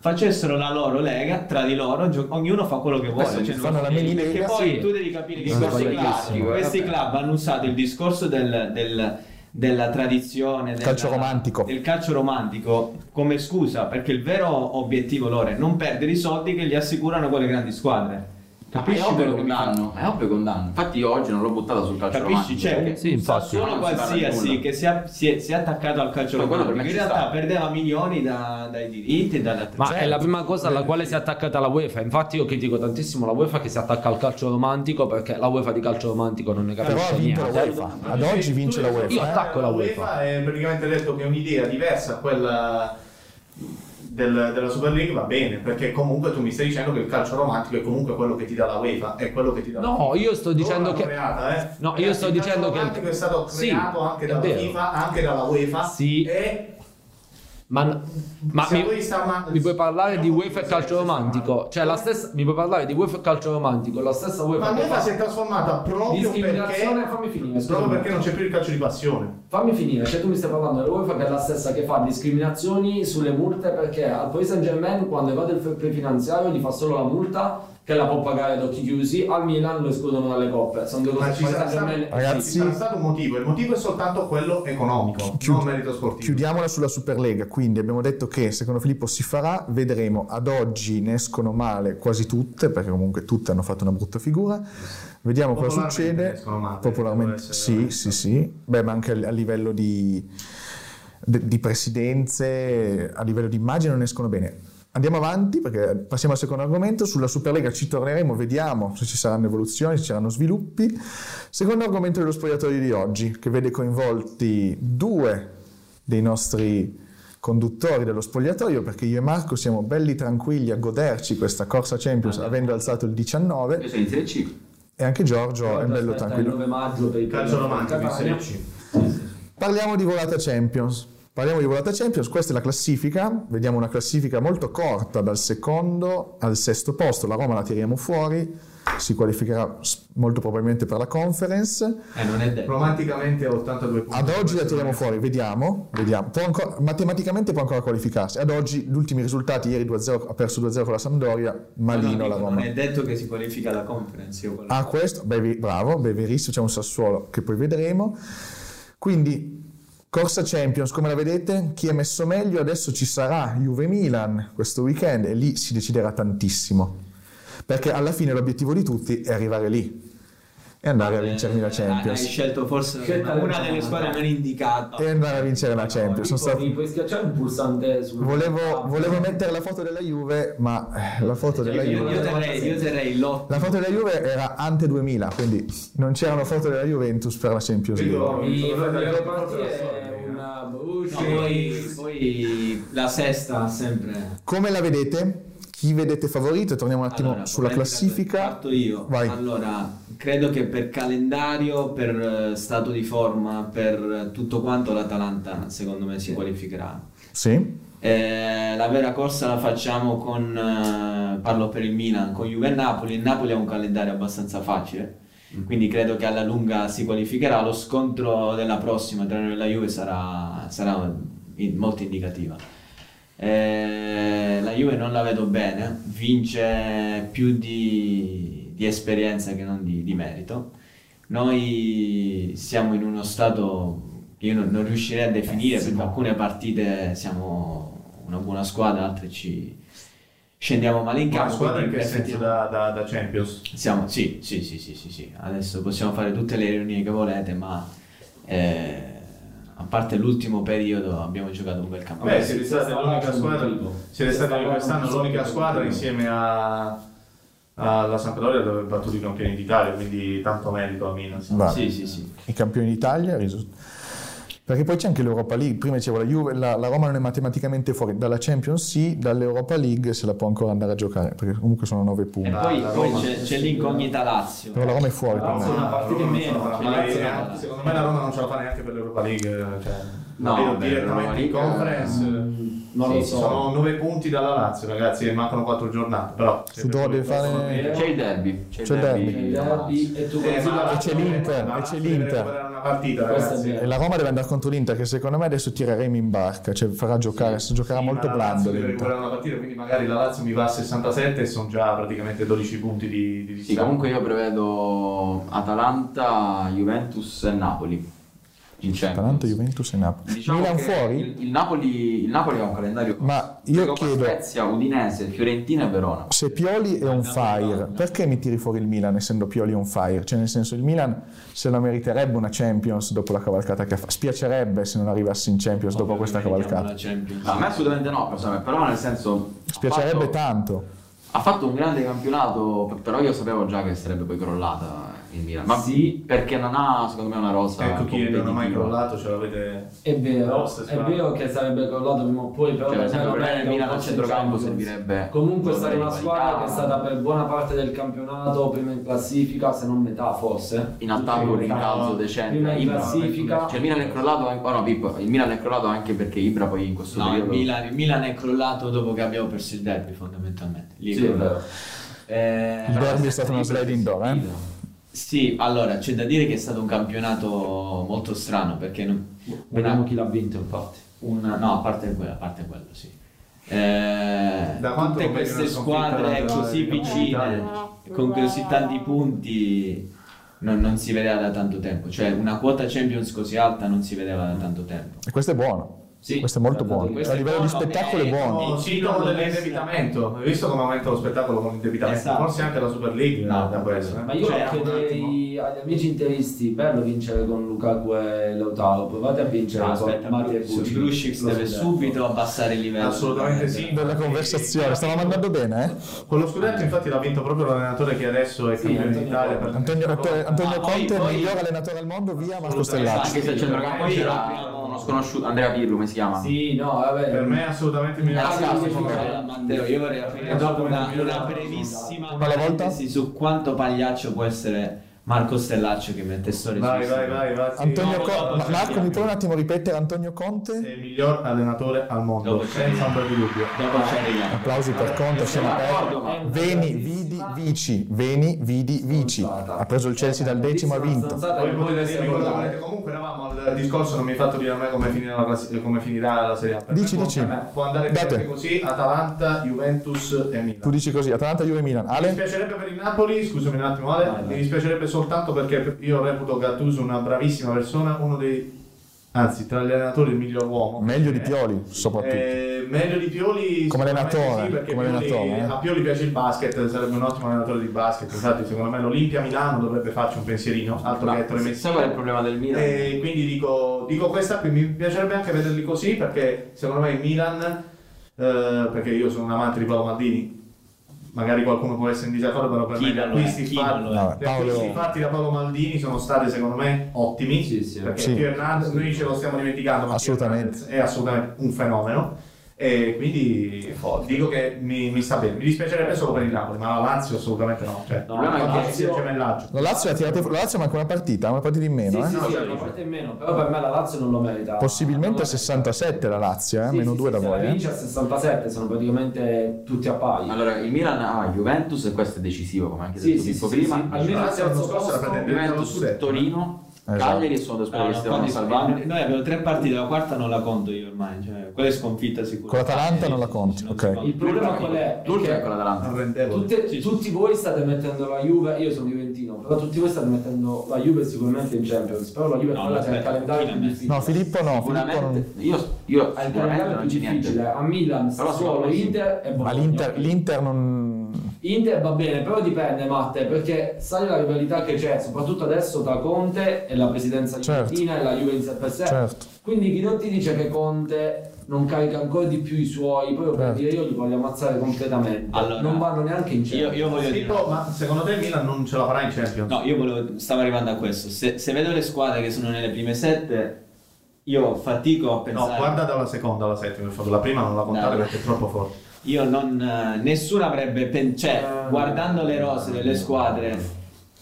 Speaker 2: facessero la loro lega tra di loro, gio- ognuno fa quello che
Speaker 1: Adesso
Speaker 2: vuole.
Speaker 1: ci
Speaker 2: Cioè,
Speaker 1: fanno la mini
Speaker 2: perché
Speaker 1: lega,
Speaker 2: poi
Speaker 5: sì.
Speaker 2: tu devi capire che
Speaker 5: Sono
Speaker 2: questi
Speaker 5: sbagliatissimo,
Speaker 2: club,
Speaker 3: eh,
Speaker 2: questi
Speaker 3: vabbè.
Speaker 2: club hanno usato il discorso del- del- della tradizione del
Speaker 1: Calcio romantico.
Speaker 2: del calcio romantico come scusa perché il vero obiettivo loro è non perdere i soldi che gli assicurano quelle grandi squadre capisci
Speaker 3: Capisci Ah, è ovvio
Speaker 2: quello che
Speaker 3: che un
Speaker 2: mi fa-
Speaker 3: danno, è ovvio che è un danno. Infatti io oggi non l'ho buttata sul calcio
Speaker 2: Capisci?
Speaker 3: romantico,
Speaker 2: C'è
Speaker 3: perché-
Speaker 5: Sì, infatti.
Speaker 2: solo
Speaker 3: Non si parla di
Speaker 2: qualsiasi
Speaker 3: nulla.
Speaker 2: che si è, si è- si è attaccato al calcio
Speaker 3: Ma quello
Speaker 2: romantico.
Speaker 3: per me
Speaker 2: In
Speaker 3: ci
Speaker 2: realtà
Speaker 3: sta.
Speaker 2: perdeva milioni da- dai diritti cioè, e dalle
Speaker 5: Ma è
Speaker 3: Certo.
Speaker 5: la prima cosa alla quale si è attaccata la UEFA. Infatti, io critico tantissimo la UEFA che si attacca al calcio romantico perché la UEFA di calcio romantico non ne
Speaker 1: Eh, Però ha
Speaker 5: capisce
Speaker 1: vinto la
Speaker 5: niente.
Speaker 1: UEFA. Ad oggi vince la
Speaker 5: Io
Speaker 1: UEFA. eh.
Speaker 5: attacco la UEFA.
Speaker 4: È praticamente detto che un'idea diversa a quella del- della Super League va bene, perché comunque tu mi stai dicendo che il calcio romantico è comunque quello che ti dà la UEFA, è quello che ti dà la
Speaker 5: No, io sto dicendo
Speaker 4: Loro
Speaker 5: che.
Speaker 4: l'hanno creata, eh.
Speaker 5: No, io
Speaker 4: Ragazzi,
Speaker 5: sto
Speaker 4: il calcio
Speaker 5: dicendo che-
Speaker 4: romantico è stato
Speaker 5: Sì,
Speaker 4: creato anche
Speaker 5: è
Speaker 4: dalla
Speaker 5: vero.
Speaker 4: FIFA, anche dalla UEFA
Speaker 5: Sì.
Speaker 4: e
Speaker 5: Ma, ma
Speaker 4: Se
Speaker 5: mi,
Speaker 4: voi sta ma-
Speaker 5: mi puoi parlare di
Speaker 4: No,
Speaker 5: UEFA e
Speaker 4: se-
Speaker 5: calcio
Speaker 4: se-
Speaker 5: romantico? Cioè, la stessa. Mi puoi parlare di UEFA e calcio romantico? La stessa UEFA.
Speaker 4: Ma
Speaker 5: che
Speaker 4: l'UEFA
Speaker 5: fa-
Speaker 4: si è trasformata proprio perché
Speaker 5: Discriminazione, fammi finire,
Speaker 4: proprio
Speaker 5: scusami.
Speaker 4: perché non c'è più il calcio di passione.
Speaker 5: Fammi finire, cioè tu mi stai parlando della UEFA che è la stessa che fa discriminazioni sulle multe perché al Paris Saint Germain quando evade il fair play finanziario gli fa solo la multa che la può pagare ad occhi chiusi, al Milan lo escludono dalle coppe. Sono due
Speaker 4: Ma
Speaker 5: cose
Speaker 4: ci sarà, stato,
Speaker 5: Germain-
Speaker 4: ci
Speaker 1: Ragazzi-
Speaker 4: sarà stato un motivo, il motivo è soltanto quello economico,
Speaker 1: Chiud-
Speaker 4: non merito sportivo.
Speaker 1: Chiudiamola sulla Superlega, quindi abbiamo detto che secondo Filippo si farà, vedremo, ad oggi ne escono male quasi tutte, perché comunque tutte hanno fatto una brutta figura, vediamo cosa
Speaker 4: Popolarmente ne
Speaker 1: succede,
Speaker 4: escono male,
Speaker 1: popolarmente
Speaker 4: devo essere
Speaker 1: sì,
Speaker 4: onesto.
Speaker 1: sì, sì, beh ma anche a livello di, de- di presidenze, a livello di immagine non escono bene. Andiamo avanti perché passiamo al secondo argomento, sulla Superlega ci torneremo, vediamo se ci saranno evoluzioni, se ci saranno sviluppi. Secondo argomento dello spogliatoio di oggi, che vede coinvolti due dei nostri conduttori dello spogliatoio, perché io e Marco siamo belli tranquilli a goderci questa corsa Champions avendo alzato il 19
Speaker 3: Io sono in Serie C.
Speaker 1: e anche Giorgio
Speaker 5: Guarda,
Speaker 1: è bello
Speaker 5: aspetta,
Speaker 1: tranquillo.
Speaker 5: Il 9 maggio per il
Speaker 4: Calcio romantico in Serie C.
Speaker 1: Parliamo di volata Champions. Parliamo di volata Champions, questa è la classifica, vediamo una classifica molto corta dal secondo al sesto posto, la Roma la tiriamo fuori, si qualificherà s- molto probabilmente per la conference,
Speaker 2: Eh, non è detto.
Speaker 4: Romanticamente 82 punti.
Speaker 1: ad oggi la
Speaker 4: Questo
Speaker 1: tiriamo
Speaker 4: non è-
Speaker 1: fuori, vediamo, vediamo. Può ancora- matematicamente può ancora qualificarsi, ad oggi gli ultimi risultati, ieri 2-0 ha perso 2-0 con la Sampdoria, malino
Speaker 2: No,
Speaker 1: la
Speaker 2: dico,
Speaker 1: Roma.
Speaker 2: Non è detto che si qualifica la conference. Io quello-
Speaker 1: Ah, questo, beh, vi- bravo, beh, verissimo, c'è un Sassuolo che poi vedremo. Quindi, corsa Champions, come la vedete? Chi è messo meglio? Adesso ci sarà Juve-Milan questo weekend e lì si deciderà tantissimo. Perché alla fine l'obiettivo di tutti è arrivare lì e andare a vincermi la
Speaker 2: Eh, Hai
Speaker 1: Champions. Eh,
Speaker 2: scelto forse
Speaker 5: Scelta
Speaker 2: una, una
Speaker 5: del-
Speaker 2: delle squadre meno indicate.
Speaker 1: E andare a vincere la Champions. Sono stato-
Speaker 5: Mi puoi schiacciare un pulsante sul
Speaker 1: Volevo, volevo mettere la foto della Juve, ma eh, la foto della
Speaker 2: Io, io
Speaker 1: Juve...
Speaker 2: terrei, io terrei l'otto.
Speaker 1: La foto della Juve era ante 2000, quindi non c'erano foto della Juventus per la Champions
Speaker 4: Quindi,
Speaker 1: League.
Speaker 5: Mi volevo partire
Speaker 4: Sì.
Speaker 5: una
Speaker 2: No,
Speaker 5: Bushi.
Speaker 2: poi, poi la sesta sempre.
Speaker 1: Come la vedete? Chi vedete favorito? Torniamo un attimo
Speaker 2: Allora,
Speaker 1: sulla
Speaker 2: commenti da dove
Speaker 1: classifica.
Speaker 2: Parto io.
Speaker 1: Vai.
Speaker 2: Allora, credo che per calendario, per eh, stato di forma, per eh, tutto quanto l'Atalanta secondo me si qualificherà.
Speaker 1: Sì,
Speaker 2: Eh, la vera corsa la facciamo con, eh, parlo per il Milan, con Juve e Napoli. Il Napoli ha un calendario abbastanza facile,
Speaker 1: Mm.
Speaker 2: quindi credo che alla lunga si qualificherà. Lo scontro della prossima tra noi e la Juve sarà, sarà in- molto indicativa. Eh, la Juve non la vedo bene, vince più di, di esperienza che non di, di merito. Noi siamo in uno stato che io non, non riuscirei a
Speaker 4: Eh,
Speaker 2: definire perché alcune partite siamo una buona squadra, altre ci scendiamo male in
Speaker 4: Una
Speaker 2: campo.
Speaker 4: squadra in
Speaker 2: quindi
Speaker 4: che senso
Speaker 2: effettivamente-
Speaker 4: da, da, da Champions?
Speaker 2: siamo, sì, sì, sì, sì, sì, sì. Adesso possiamo fare tutte le riunioni che volete, ma eh, a parte l'ultimo periodo abbiamo giocato un bel campionato.
Speaker 4: Beh, siete stati l'unica squadra, siete stati quest'anno l'unica squadra insieme a, alla Sampdoria dove ha battuto i campioni d'Italia, quindi tanto merito a Milan. sì.
Speaker 1: va.
Speaker 2: Sì, sì, sì.
Speaker 1: i campioni d'Italia. risu- Perché poi c'è anche l'Europa League. Prima dicevo la, Juve, la, la Roma non è matematicamente fuori dalla Champions, sì, dall'Europa League se la può ancora andare a giocare, perché comunque sono 9
Speaker 2: E
Speaker 1: punti.
Speaker 4: Ah,
Speaker 2: poi,
Speaker 4: la
Speaker 2: poi
Speaker 4: Roma.
Speaker 2: c'è, c'è l'incognita Lazio.
Speaker 1: Però la Roma è fuori per
Speaker 4: Però
Speaker 1: me.
Speaker 5: Lazio-
Speaker 4: la
Speaker 5: partita
Speaker 4: Roma
Speaker 5: in meno,
Speaker 4: non ce la fa
Speaker 5: cioè,
Speaker 4: mai,
Speaker 5: Lazio
Speaker 4: eh.
Speaker 5: non la-
Speaker 4: Secondo me la Roma non ce la fa neanche per l'Europa League. Cioè,
Speaker 3: No,
Speaker 4: la vedo
Speaker 3: beh,
Speaker 4: direttamente in
Speaker 3: l'Europa League,
Speaker 4: conference.
Speaker 5: mm, Non lo
Speaker 3: Sì,
Speaker 5: so.
Speaker 4: Sono 9 punti dalla Lazio, ragazzi, e mancano 4 giornate. Però
Speaker 1: Sudore deve fare-
Speaker 3: C'è il derby.
Speaker 1: C'è il derby.
Speaker 5: Quindi, Derby, Cioè, e tu
Speaker 4: Eh, ma
Speaker 5: considera-
Speaker 1: E c'è l'Inter,
Speaker 4: la
Speaker 1: e
Speaker 4: Lazio
Speaker 1: c'è
Speaker 4: deve
Speaker 1: l'Inter.
Speaker 4: recuperare una partita,
Speaker 5: Questo è
Speaker 4: ragazzi.
Speaker 5: vero.
Speaker 1: E la Roma deve andare contro l'Inter, che secondo me adesso tireremo in barca, cioè farà giocare, giocherà
Speaker 4: Sì,
Speaker 1: molto
Speaker 4: ma la
Speaker 1: blando
Speaker 4: Lazio deve
Speaker 1: l'Inter.
Speaker 4: recuperare una partita, quindi magari la Lazio mi va a 67 e sono già praticamente 12 punti di, di
Speaker 3: Sì,
Speaker 4: distanza.
Speaker 3: comunque io prevedo Atalanta, Juventus e Napoli. In Champions.
Speaker 1: Atalanta, Juventus e Napoli.
Speaker 3: Diciamo
Speaker 1: Milan
Speaker 3: che
Speaker 1: fuori?
Speaker 3: Il, il Napoli, il Napoli ha un calendario.
Speaker 1: Ma io
Speaker 3: Gioca
Speaker 1: chiedo-
Speaker 3: Spezia, Udinese, Fiorentina e Verona.
Speaker 1: Se Pioli è on fire, perché mi tiri fuori il Milan essendo Pioli on fire? Cioè, nel senso, il Milan se la meriterebbe una Champions dopo la cavalcata che ha fatto. Spiacerebbe se non arrivassi in Champions dopo questa
Speaker 2: Vediamo la
Speaker 1: cavalcata.
Speaker 2: Champions.
Speaker 3: No, a me assolutamente no, insomma, però nel senso... ha
Speaker 1: Spiacerebbe
Speaker 3: fatto-
Speaker 1: tanto.
Speaker 3: Ha fatto un grande campionato, p- però io sapevo già che sarebbe poi crollata il Milan. Ma
Speaker 5: Sì.
Speaker 3: perché non ha, secondo me, una rosa
Speaker 4: Ecco chi non ha mai
Speaker 3: competitiva.
Speaker 4: crollato, ce l'avete.
Speaker 5: È vero,
Speaker 4: Rosse,
Speaker 5: è
Speaker 4: squadre.
Speaker 5: vero che sarebbe crollato prima o poi, però
Speaker 3: Cioè,
Speaker 5: per me
Speaker 3: sempre
Speaker 5: lo
Speaker 3: per me il
Speaker 5: merita
Speaker 3: Milan
Speaker 5: un
Speaker 3: al
Speaker 5: posto in
Speaker 3: centrocampo
Speaker 5: Champions.
Speaker 3: servirebbe...
Speaker 5: Comunque è
Speaker 3: un
Speaker 5: stata una
Speaker 3: giocatore di
Speaker 5: squadra che è
Speaker 3: qualità.
Speaker 5: stata per buona parte del campionato prima in classifica, se non metà forse.
Speaker 3: in attacco un rimbalzo decente
Speaker 5: Prima in
Speaker 3: Ibra-
Speaker 5: classifica.
Speaker 3: cioè il Milan è crollato anche, oh no, Pippo, il Milan è crollato anche perché Ibra poi in questo
Speaker 2: No, il
Speaker 3: periodo
Speaker 2: Milan, il Milan è crollato dopo che abbiamo perso il derby fondamentalmente. Lì è
Speaker 5: Sì, è
Speaker 2: crollato.
Speaker 5: vero.
Speaker 2: Eh,
Speaker 1: Il derby è stato una sliding door, eh?
Speaker 2: Sì, allora c'è da dire che è stato un campionato molto strano perché non-
Speaker 5: Vediamo chi l'ha vinto infatti.
Speaker 2: una- no, a parte quello, a parte quello, sì. eh,
Speaker 4: Da quanto
Speaker 2: tutte
Speaker 4: non vedi
Speaker 2: queste
Speaker 4: una sconfitta
Speaker 2: squadre
Speaker 4: laterale
Speaker 2: così
Speaker 4: di Coppa
Speaker 2: vicine, con così tanti punti, non, non si vedeva da tanto tempo. Cioè, una quota Champions così alta non si vedeva da tanto tempo.
Speaker 1: E questo è buono.
Speaker 2: Sì,
Speaker 1: questo è molto
Speaker 2: guardate,
Speaker 1: buono.
Speaker 2: questo
Speaker 1: A
Speaker 2: è
Speaker 1: livello di
Speaker 2: buono,
Speaker 1: spettacolo è
Speaker 2: eh,
Speaker 1: buono.
Speaker 2: no,
Speaker 4: Oh, Il ciclo dell'indebitamento. Hai visto come aumenta lo spettacolo con l'indebitamento?
Speaker 2: Esatto.
Speaker 4: Forse anche la Super League
Speaker 2: No,
Speaker 4: da questo. eh.
Speaker 5: Ma io
Speaker 2: Cioè,
Speaker 5: lo chiederei agli amici interisti, bello vincere con Lukaku e Lautaro, provate a vincere
Speaker 2: No,
Speaker 5: con Matti e Bucci.
Speaker 2: Brucic
Speaker 5: Lo
Speaker 2: deve
Speaker 5: so.
Speaker 2: subito abbassare il livello. Eh,
Speaker 4: Assolutamente sì.
Speaker 1: Bella conversazione, stiamo andando bene, eh?
Speaker 4: Con lo scudetto, infatti, l'ha vinto proprio l'allenatore che adesso è
Speaker 5: Sì,
Speaker 4: campione
Speaker 5: Antonio
Speaker 4: d'Italia.
Speaker 2: eh,
Speaker 5: Conte.
Speaker 4: per-
Speaker 1: Antonio, Ratte- Antonio
Speaker 2: Ah, poi-
Speaker 1: Conte,
Speaker 2: poi-
Speaker 1: miglior allenatore al mondo, via Marco
Speaker 4: Assolutamente.
Speaker 1: Stellacci.
Speaker 3: Anche se al centrocampo
Speaker 4: Poi
Speaker 3: c'era
Speaker 4: era-
Speaker 3: uno eh, sconosciuto, Andrea Pirlo, come si chiama?
Speaker 5: Sì, no, vabbè.
Speaker 4: Per me è assolutamente il
Speaker 2: Ah,
Speaker 4: miglior
Speaker 5: sì,
Speaker 2: cazzo,
Speaker 5: sì,
Speaker 4: secondo me.
Speaker 5: sì.
Speaker 2: Matteo, io vorrei aprire dopo una, una brevissima
Speaker 1: Una alla volta?
Speaker 2: parentesi su quanto pagliaccio può essere Marco Stellaccio che mette storie
Speaker 4: Vai,
Speaker 2: su
Speaker 4: vai,
Speaker 2: Instagram.
Speaker 4: vai, vai. sì.
Speaker 1: Antonio
Speaker 2: no,
Speaker 1: Con-
Speaker 2: no, no,
Speaker 1: Ma-
Speaker 2: sì,
Speaker 1: Marco,
Speaker 2: abbiamo.
Speaker 1: mi puoi un attimo ripetere Antonio
Speaker 4: È
Speaker 1: Conte?
Speaker 4: il miglior allenatore al mondo,
Speaker 2: Dopo c'è-
Speaker 4: senza ombra di dubbio.
Speaker 2: Dopo ci arriviamo.
Speaker 1: Applausi per Conte, siamo aperti.
Speaker 5: È una
Speaker 1: Veni,
Speaker 5: grandissima-
Speaker 1: vidi, vici. Veni, vidi, vici.
Speaker 5: Stronzata.
Speaker 1: Ha preso il Chelsea dal decimo, ha vinto.
Speaker 5: Stronzata che
Speaker 4: Voi
Speaker 5: voi
Speaker 4: potete
Speaker 5: dovreste
Speaker 4: dirmi quello che
Speaker 5: guardare.
Speaker 4: volete. Comunque eravamo al discorso, non mi hai fatto dire a me come finirà la, classi- come finirà la Serie A. Per
Speaker 1: Dici,
Speaker 4: me può-
Speaker 1: dici.
Speaker 4: per me Può andare
Speaker 1: Date.
Speaker 4: bene così, Atalanta, Juventus e Milan.
Speaker 1: Tu dici così, Atalanta, Juve, Milan.
Speaker 4: Mi
Speaker 1: Ale?
Speaker 4: dispiacerebbe per il Napoli, scusami un attimo Ale,
Speaker 5: Vai, vai.
Speaker 4: mi dispiacerebbe soltanto perché io reputo Gattuso una bravissima persona, uno dei, anzi tra gli allenatori il miglior uomo.
Speaker 1: Meglio di
Speaker 4: Eh,
Speaker 1: Pioli, soprattutto.
Speaker 4: eh, meglio di Pioli
Speaker 1: Come
Speaker 4: sicuramente
Speaker 1: allenatore,
Speaker 4: sì, perché
Speaker 1: come
Speaker 4: Pioli-
Speaker 1: allenatore, eh.
Speaker 4: a Pioli piace il basket sarebbe un ottimo allenatore di basket infatti secondo me l'Olimpia Milano dovrebbe farci un pensierino altro che Ettore
Speaker 3: Ma
Speaker 4: Messina
Speaker 3: sai qual è il problema del Milan?
Speaker 5: Eh.
Speaker 4: e quindi dico, dico questa qui, mi piacerebbe anche vederli così perché secondo me il Milan, eh, perché io sono un amante di Paolo Maldini, magari qualcuno può essere in disaccordo, però per
Speaker 2: Chi
Speaker 4: me gli
Speaker 2: non lo è?
Speaker 4: acquisti,
Speaker 2: Chi non
Speaker 4: fatti,
Speaker 2: lo è?
Speaker 1: Vabbè,
Speaker 4: gli acquisti
Speaker 1: Paolo-
Speaker 4: fatti da Paolo Maldini sono stati secondo me ottimi,
Speaker 5: Sì, sì.
Speaker 4: perché
Speaker 1: Sì.
Speaker 4: Tio Hernandez, noi ce lo stiamo dimenticando, ma Tio
Speaker 1: Assolutamente.
Speaker 4: Hernandez è assolutamente un fenomeno. E quindi dico che mi, mi sta bene. Mi dispiacerebbe solo per il Napoli, ma la Lazio assolutamente no. Cioè,
Speaker 5: No,
Speaker 4: la
Speaker 3: ma che-
Speaker 4: Lazio è gemellaggio.
Speaker 1: La Lazio, ha tirato fu- la Lazio manca una partita, una partita in
Speaker 5: Sì,
Speaker 1: meno, eh?
Speaker 5: sì, sì, una parte in meno, però per me la Lazio non lo merita.
Speaker 1: Possibilmente
Speaker 5: Non lo merita.
Speaker 1: 67 la Lazio, eh?
Speaker 5: Sì,
Speaker 1: Meno
Speaker 5: sì,
Speaker 1: due
Speaker 5: sì,
Speaker 1: da
Speaker 5: se
Speaker 1: voi,
Speaker 5: la
Speaker 1: eh?
Speaker 5: vince a 67, sono praticamente tutti a pari.
Speaker 3: Allora, il Milan ha Juventus e questo è decisivo, come anche
Speaker 5: Sì,
Speaker 3: detto
Speaker 5: sì,
Speaker 3: Pippo
Speaker 5: sì,
Speaker 3: prima.
Speaker 5: sì, almeno al
Speaker 4: L'anno
Speaker 5: terzo
Speaker 4: scorso la
Speaker 5: posto.
Speaker 4: pretendeva
Speaker 3: Juventus, Torino,
Speaker 1: Esatto.
Speaker 3: Cagliari e sono due
Speaker 2: Ah,
Speaker 3: squadre che si devono salvare.
Speaker 2: Noi abbiamo tre partite, la quarta non la conto io ormai, cioè quella è sconfitta sicuramente.
Speaker 1: Con l'Atalanta non la conti,
Speaker 2: Non
Speaker 1: ok.
Speaker 2: si conta.
Speaker 5: Il problema qual è?
Speaker 3: L'ultima è
Speaker 5: Che
Speaker 3: quella dell'Atalanta.
Speaker 4: Arrendevole.
Speaker 5: tutte- tutti voi state mettendo la Juve, io sono juventino, però tutti voi state mettendo la Juve sicuramente in Champions, però la Juve è
Speaker 2: No,
Speaker 5: quella che ha il
Speaker 2: aspetta,
Speaker 5: calendario
Speaker 2: chi
Speaker 5: più
Speaker 2: l'ha messo?
Speaker 5: difficile.
Speaker 1: No, Filippo no, Filippo non...
Speaker 3: Sicuramente, io, io
Speaker 5: Ha Ah, il
Speaker 3: sicuramente
Speaker 5: calendario
Speaker 3: non
Speaker 5: più
Speaker 3: c'è niente.
Speaker 5: difficile, a Milan,
Speaker 3: Però
Speaker 5: Sassuolo,
Speaker 3: secondo me sì.
Speaker 5: Inter e
Speaker 1: Ma
Speaker 5: Bologna.
Speaker 1: l'Inter, l'Inter non...
Speaker 5: Inter va bene, però dipende Matte, perché sai la rivalità che c'è, soprattutto adesso tra Conte e la presidenza
Speaker 1: Certo.
Speaker 5: argentina e la Juve in sé per sé.
Speaker 1: Certo.
Speaker 5: Quindi chi non ti dice che Conte non carica ancora di più i suoi, poi per
Speaker 1: Certo.
Speaker 5: dire io li voglio ammazzare completamente.
Speaker 2: Allora,
Speaker 5: non vanno neanche in giro.
Speaker 2: Io, io voglio dire...
Speaker 4: Tipo, ma secondo te il Milan non ce la farà in Champions?
Speaker 2: No, io volevo, stavo arrivando a questo. Se, se vedo le squadre che sono nelle prime sette, io fatico a
Speaker 4: No,
Speaker 2: pensare.
Speaker 4: guarda dalla seconda alla settima, infatti, la prima non la contare
Speaker 2: Dai.
Speaker 4: perché è troppo forte.
Speaker 2: Io non. eh, Nessuno avrebbe. pen- cioè, guardando le rose delle squadre,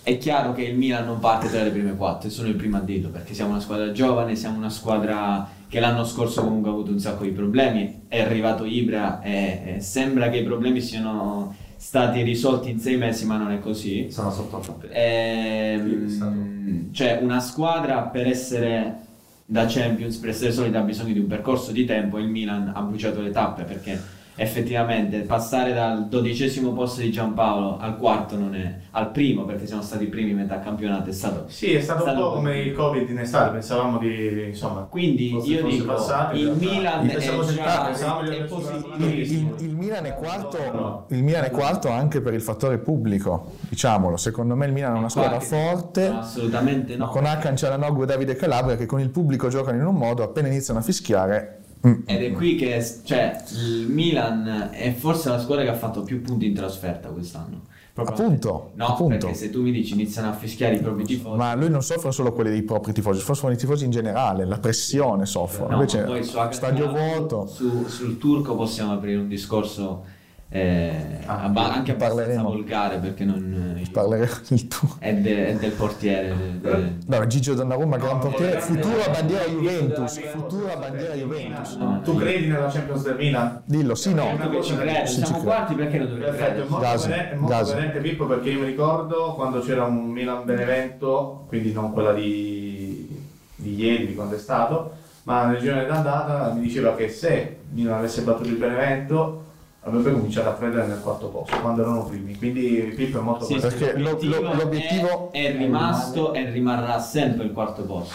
Speaker 2: è chiaro che il Milan non parte tra le prime quattro. E sono il primo a dirlo perché siamo una squadra giovane, siamo una squadra che l'anno scorso comunque ha avuto un sacco di problemi. È arrivato Ibra e, e sembra che i problemi siano stati risolti in sei mesi, ma non è così.
Speaker 5: sono sotto a
Speaker 2: Eh, Ehm,
Speaker 4: Sì, è
Speaker 2: cioè, una squadra per essere da Champions, per essere solida, ha bisogno di un percorso di tempo. Il Milan ha bruciato le tappe perché effettivamente passare dal dodicesimo posto di Giampaolo al quarto non è al primo perché siamo stati i primi in metà campionato è stato
Speaker 4: Sì, è stato un
Speaker 2: Stanno
Speaker 4: po' come
Speaker 2: per-
Speaker 4: il Covid in estate, pensavamo di insomma.
Speaker 2: quindi
Speaker 4: Forse
Speaker 2: io
Speaker 4: fosse
Speaker 2: dico
Speaker 4: passato, in
Speaker 2: il
Speaker 4: realtà.
Speaker 2: Milan è
Speaker 4: Pensavo se-
Speaker 2: già
Speaker 4: pensavo di
Speaker 2: è
Speaker 4: aver superato
Speaker 2: positivo
Speaker 4: la crisi.
Speaker 1: Il, il Milan è quarto, il Milan è quarto anche per il fattore pubblico, diciamolo. Secondo me il Milan è una squadra
Speaker 2: Qualche- No,
Speaker 5: Ah,
Speaker 1: forte,
Speaker 2: assolutamente
Speaker 1: ma
Speaker 2: Eh, no
Speaker 1: con Hakan, Cialanoglu e Davide Calabria che con il pubblico giocano in un modo, appena iniziano a fischiare... mm.
Speaker 2: Ed è qui che cioè, il Milan è forse la squadra che ha fatto più punti in trasferta quest'anno.
Speaker 1: Appunto,
Speaker 2: No,
Speaker 1: appunto.
Speaker 2: perché se tu mi dici iniziano a fischiare i propri tifosi,
Speaker 1: Ma lui non soffre solo quelli dei propri tifosi, soffrono i tifosi in generale, la pressione soffrono.
Speaker 2: no, ma
Speaker 1: Invece
Speaker 2: poi su Hakan
Speaker 1: stadio
Speaker 2: Çalhanoğlu,
Speaker 1: vuoto.
Speaker 2: su- sul turco possiamo aprire un discorso eh, abba- anche abbastanza
Speaker 1: Ah, parleremo.
Speaker 2: volgare perché non eh,
Speaker 1: Parleremo del tuo.
Speaker 2: è, de- è del portiere. de- de-
Speaker 1: Allora, Gigio Donnarumma, gran portiere,
Speaker 5: grande-
Speaker 1: futura bandiera
Speaker 5: grande-
Speaker 1: Juventus,
Speaker 5: grande-
Speaker 1: futura bandiera Juventus.
Speaker 2: no, no,
Speaker 4: Tu
Speaker 2: io-
Speaker 4: credi nella Champions del Milan?
Speaker 1: Dillo, sì
Speaker 4: È una
Speaker 1: no.
Speaker 2: Io ci
Speaker 1: Sì,
Speaker 2: credo,
Speaker 1: ci
Speaker 2: siamo
Speaker 1: credo.
Speaker 2: quarti perché non dovremmo
Speaker 4: Perfetto, è
Speaker 2: credere.
Speaker 4: molto
Speaker 1: Gaso,
Speaker 4: coerente- è molto
Speaker 1: gaso.
Speaker 4: coerente Pippo perché io mi ricordo quando c'era un Milan Benevento, quindi non quella di, di ieri, di quando è stato, ma nel girone d'andata mi diceva che se Milan avesse battuto il Benevento avrebbe cominciato a prendere nel quarto posto quando erano primi quindi Pippo è molto
Speaker 2: Sì,
Speaker 4: contento.
Speaker 1: Perché
Speaker 2: sì,
Speaker 1: lo- lo- l'obiettivo
Speaker 2: è, è rimasto e rimarrà sempre il quarto posto.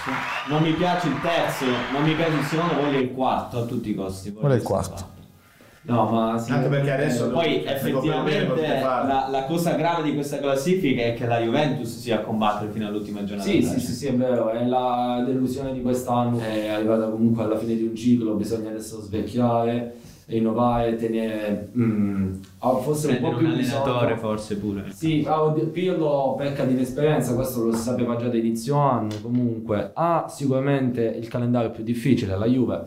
Speaker 2: Non mi piace il terzo, non mi piace il secondo, voglio il quarto a tutti i costi. voglio
Speaker 1: Vuole il
Speaker 2: il
Speaker 1: quarto.
Speaker 5: No, ma sì.
Speaker 4: anche perché adesso
Speaker 2: Eh, Poi
Speaker 4: ne può bene,
Speaker 2: effettivamente
Speaker 4: potete fare.
Speaker 2: la, la cosa grave di questa classifica è che la Juventus sia a combattere fino all'ultima giornata.
Speaker 5: Sì, sì, sì, sì, è vero, è la delusione di quest'anno che è arrivata comunque alla fine di un ciclo, bisogna adesso svecchiare, rinnovare, tenere... mm, ah, forse un po'
Speaker 2: Prendere
Speaker 5: più
Speaker 2: un
Speaker 5: bisogno-
Speaker 2: allenatore forse pure.
Speaker 5: Sì, ah, oddio, Pirlo pecca di inesperienza, questo lo si sapeva già da inizio anno, comunque ha sicuramente il calendario più difficile, la Juve,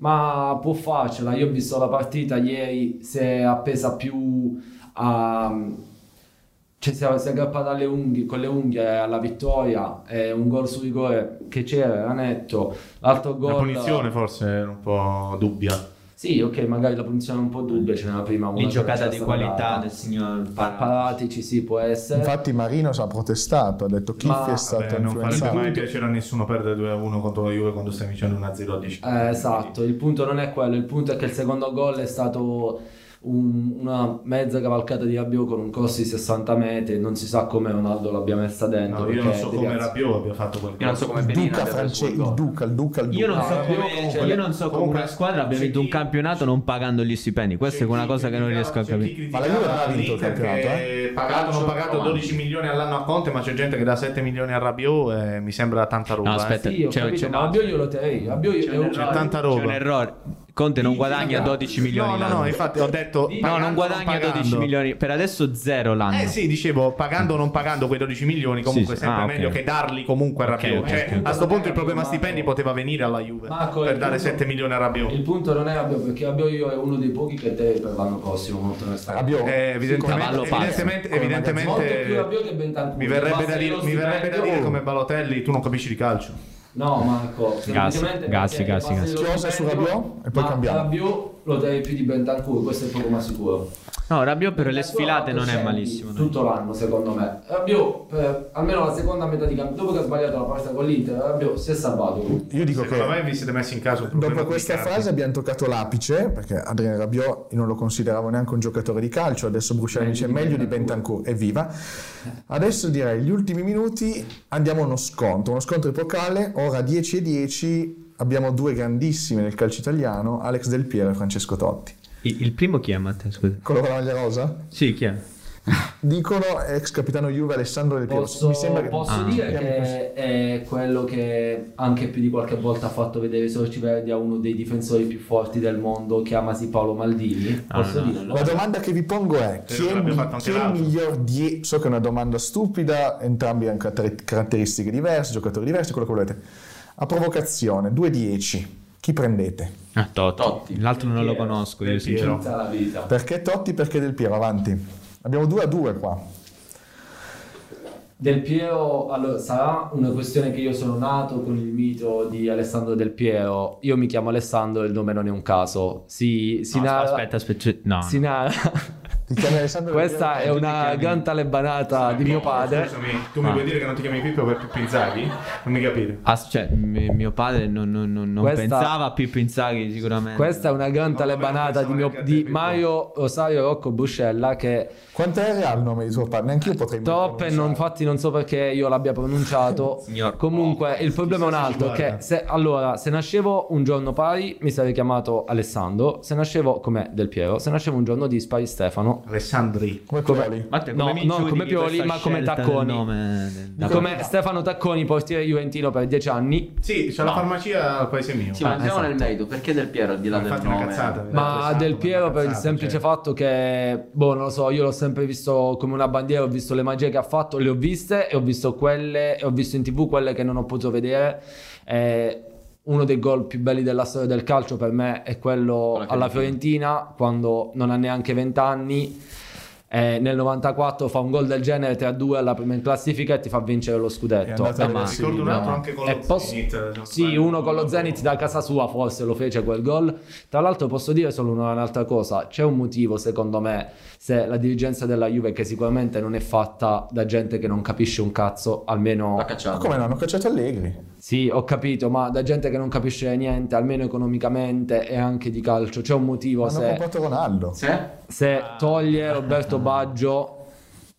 Speaker 5: ma può farcela, io ho visto la partita ieri, si è appesa più a... Cioè si è, si è aggrappata alle unghie, con le unghie alla vittoria, è un gol su rigore che c'era, era netto, l'altro gol...
Speaker 6: La punizione forse era un po' dubbia.
Speaker 5: Sì, ok, magari la punizione è un po' dubbia, ce n'era prima una.
Speaker 2: Lì
Speaker 5: che
Speaker 2: giocata
Speaker 5: c'era
Speaker 2: di
Speaker 5: stata
Speaker 2: qualità
Speaker 5: data.
Speaker 2: del signor Parra.
Speaker 5: Paratici, sì, può essere.
Speaker 1: Infatti Marino ha protestato, ha detto chi
Speaker 5: Ma-
Speaker 1: è stato
Speaker 4: Vabbè, non farebbe
Speaker 1: influenzato.
Speaker 4: mai piacere a nessuno perdere 2-1 contro la Juve quando stai vincendo 1-0 a 10
Speaker 5: Eh, esatto, il punto non è quello, il punto è che il secondo gol è stato un- una mezza cavalcata di Rabiot con un corso di 60 metri, non si sa come Ronaldo l'abbia messa dentro.
Speaker 4: No, io non
Speaker 5: perché
Speaker 4: so
Speaker 5: è
Speaker 4: come
Speaker 5: diverso.
Speaker 4: Rabiot abbia fatto quel
Speaker 3: Io non so come
Speaker 1: Il
Speaker 3: Benina
Speaker 1: duca
Speaker 3: abbia preso
Speaker 1: francese,
Speaker 3: quel
Speaker 1: il
Speaker 3: gol.
Speaker 1: duca, il duca, il duca.
Speaker 2: Io non so
Speaker 4: No, eh,
Speaker 2: come, cioè,
Speaker 4: comunque-
Speaker 2: io non so come
Speaker 4: comunque-
Speaker 2: una squadra abbia vinto un campionato non pagando gli stipendi. Questa è una cosa che non riesco a capire.
Speaker 1: Ma la Juve non ha vinto il campionato,
Speaker 4: eh? Pagato, non
Speaker 3: Calcio
Speaker 4: pagato
Speaker 3: romantico.
Speaker 4: 12 milioni all'anno a Conte, ma c'è gente che dà 7 milioni a Rabiot e mi sembra tanta roba.
Speaker 2: No,
Speaker 4: eh.
Speaker 2: aspetta.
Speaker 5: Sì, ho
Speaker 2: Cioè,
Speaker 5: capito,
Speaker 2: c'è-
Speaker 5: ma Rabiot io lo terrei, Rabiot io- è un-
Speaker 6: C'è tanta roba.
Speaker 2: C'è un errore. Conte non guadagna 12 milioni
Speaker 4: No, no,
Speaker 2: l'anno.
Speaker 4: no, infatti ho detto
Speaker 2: No,
Speaker 4: pagando,
Speaker 2: non guadagna
Speaker 4: pagando.
Speaker 2: 12 milioni. Per adesso zero l'anno.
Speaker 4: Eh sì, dicevo, pagando o non pagando quei 12 milioni, comunque
Speaker 2: Sì, sì.
Speaker 4: sempre
Speaker 2: ah, ok.
Speaker 4: meglio che darli comunque a
Speaker 2: Ok,
Speaker 4: Rabiot.
Speaker 2: ok,
Speaker 4: Cioè,
Speaker 2: ok.
Speaker 4: a sto punto il problema stipendi poteva venire alla Juve
Speaker 5: Marco,
Speaker 4: per
Speaker 5: il
Speaker 4: dare
Speaker 5: punto-
Speaker 4: 7 milioni a
Speaker 5: Il
Speaker 4: Rabiot.
Speaker 5: punto non è Rabiot perché Rabiot io è uno dei pochi che te per l'anno prossimo molto onestamente.
Speaker 1: Rabiot,
Speaker 4: Eh, evidentemente,
Speaker 2: Cavallo pazzo.
Speaker 4: evidentemente,
Speaker 1: Come
Speaker 4: evidentemente-
Speaker 5: Molto più Rabiot che Bentancur.
Speaker 4: mi verrebbe da dire, mi verrebbe da dire
Speaker 1: Oh.
Speaker 4: come Balotelli, tu non capisci di calcio.
Speaker 5: No, Marco, semplicemente
Speaker 2: Gassi,
Speaker 5: perché
Speaker 2: gassi,
Speaker 5: basta
Speaker 2: gassi.
Speaker 5: lo
Speaker 1: Chiosa su
Speaker 5: stipendio,
Speaker 1: Rabiot e poi
Speaker 5: ma
Speaker 1: cambiamo.
Speaker 5: Rabiot lo terrei più di Bentancur, questo è poco ma sicuro.
Speaker 2: No, Rabiot per le
Speaker 5: Bentancur
Speaker 2: sfilate
Speaker 5: ha
Speaker 2: non è
Speaker 5: fatto
Speaker 2: malissimo.
Speaker 5: scendi Tutto l'anno, secondo me. Rabiot, per almeno la seconda metà di campionato, dopo che ha sbagliato la partita con l'Inter, Rabiot si è salvato.
Speaker 1: Io dico
Speaker 4: Secondo
Speaker 1: che
Speaker 4: me vi siete messi in caso un problema
Speaker 1: dopo questa
Speaker 4: di carte.
Speaker 1: frase abbiamo toccato l'apice, perché Adrien Rabiot io non lo consideravo neanche un giocatore di calcio, adesso Bruciani dice meglio di Bentancur, evviva. Adesso direi gli ultimi minuti, andiamo a uno scontro, uno scontro epocale, ora 10 e 10, abbiamo due grandissimi nel calcio italiano, Alex Del Piero e Francesco Totti.
Speaker 2: Il, il primo chi è Matteo? Scusa.
Speaker 1: Coloro la maglia rosa?
Speaker 2: Sì, chi è?
Speaker 1: Dicono ex capitano Juve Alessandro Del Piero.
Speaker 5: Posso,
Speaker 1: Mi sembra che...
Speaker 5: posso
Speaker 2: Ah.
Speaker 5: dire che è quello che anche più di qualche volta ha fatto vedere i sorci verdi a uno dei difensori più forti del mondo, chiamasi Paolo Maldini.
Speaker 2: Ah,
Speaker 5: Posso
Speaker 2: no, no.
Speaker 5: dirlo?
Speaker 1: La domanda che vi pongo è: chi è,
Speaker 4: l'abbiamo fatto
Speaker 1: chi
Speaker 4: anche
Speaker 1: è il
Speaker 4: l'altro.
Speaker 1: miglior 10? So che è una domanda stupida, entrambi hanno carattere- caratteristiche diverse, giocatori diversi, quello che volete. A provocazione, 2-10, chi prendete?
Speaker 2: Ah, Totti.
Speaker 3: Totti.
Speaker 2: L'altro non lo conosco io,
Speaker 4: Del Piero.
Speaker 2: sinceramente.
Speaker 5: Tutta la vita.
Speaker 1: Perché Totti, perché Del Piero? Avanti. Abbiamo 2 a 2 qua.
Speaker 5: Del Piero, allora, sarà una questione che io sono nato con il mito di Alessandro Del Piero. Io mi chiamo Alessandro e il nome non è un caso. Si, si
Speaker 2: No,
Speaker 5: narra-
Speaker 2: aspetta, aspetta. cioè, No.
Speaker 5: si narra-
Speaker 1: Ti chiami Alessandro Del
Speaker 5: Questa è
Speaker 1: Piero?
Speaker 5: una gran talebanata di mio padre.
Speaker 4: Scusami, tu mi
Speaker 2: Ah.
Speaker 4: vuoi dire che non ti chiami Pippo per Pippo Inzaghi? Non mi capite.
Speaker 2: As- cioè, mi- mio padre non, non- non- non
Speaker 5: Questa-
Speaker 2: pensava a Pippo Inzaghi sicuramente.
Speaker 5: Questa è una gran
Speaker 4: No,
Speaker 5: talebanata
Speaker 4: vabbè,
Speaker 5: di,
Speaker 4: non
Speaker 5: mio-
Speaker 4: pensavo
Speaker 5: di
Speaker 4: neanche a te,
Speaker 5: Mario Rosario Rocco Buscella che
Speaker 1: Quanto è reale il nome di tuo padre? Neanche io potrei
Speaker 5: troppe, non,
Speaker 1: pronunciare.
Speaker 5: infatti non so perché io l'abbia pronunciato.
Speaker 2: Signor
Speaker 5: Comunque il problema è un
Speaker 4: Chissà se ci
Speaker 5: altro, che
Speaker 4: guarda.
Speaker 5: se, allora se nascevo un giorno pari mi sarei chiamato Alessandro, se nascevo come Del Piero, se nascevo un giorno dispari Stefano,
Speaker 4: Alessandri.
Speaker 1: Come Pioli?
Speaker 2: Matteo,
Speaker 5: No,
Speaker 2: come mi
Speaker 5: non
Speaker 2: giudichi
Speaker 5: come Pioli,
Speaker 2: questa
Speaker 5: ma come
Speaker 2: scelta del
Speaker 5: Tacconi.
Speaker 2: nome del- da-
Speaker 5: come Stefano Tacconi, portiere juventino per dieci anni,
Speaker 4: Sì, c'è la farmacia al paese mio. Ah, esatto.
Speaker 3: Sì, ma andiamo
Speaker 1: Esatto.
Speaker 3: nel merito, perché Del Piero al di là del
Speaker 4: Infatti è una
Speaker 3: nome?
Speaker 4: cazzata.
Speaker 5: Ma
Speaker 4: Alessandro,
Speaker 5: Del Piero
Speaker 4: una
Speaker 5: per il
Speaker 4: cazzata,
Speaker 5: semplice
Speaker 4: cioè.
Speaker 5: fatto che, boh, non lo so, io l'ho sempre visto come una bandiera, ho visto le magie che ha fatto, le ho viste e ho visto quelle, e ho visto in tv quelle che non ho potuto vedere. Eh, uno dei gol più belli della storia del calcio per me è quello
Speaker 3: Con la
Speaker 5: alla
Speaker 3: Fiorentina.
Speaker 5: Fiorentina, quando non ha neanche 20 anni. eh, nel 94 fa un gol del genere 3-2 alla prima in classifica e ti fa vincere lo
Speaker 1: È
Speaker 5: scudetto.
Speaker 1: andata
Speaker 5: Eh,
Speaker 1: a
Speaker 5: ma-
Speaker 1: Sì,
Speaker 4: Ricordo un altro
Speaker 5: no.
Speaker 4: anche con
Speaker 5: E
Speaker 4: lo cioè,
Speaker 5: posso-
Speaker 4: Zenit. se non
Speaker 5: Sì,
Speaker 4: sbaglio.
Speaker 5: uno con lo Zenit da casa sua forse lo fece quel gol. Tra l'altro posso dire solo una- un'altra cosa, c'è un motivo secondo me se la dirigenza della Juve che sicuramente non è fatta da gente che non capisce un cazzo, almeno
Speaker 3: l'ha cacciato.
Speaker 1: Ma come l'hanno cacciato Allegri?
Speaker 5: sì, ho capito, ma da gente che non capisce niente, almeno economicamente e anche di calcio, c'è un motivo
Speaker 1: Hanno
Speaker 5: se,
Speaker 1: comprato Ronaldo.
Speaker 3: Se?
Speaker 5: se toglie Roberto Baggio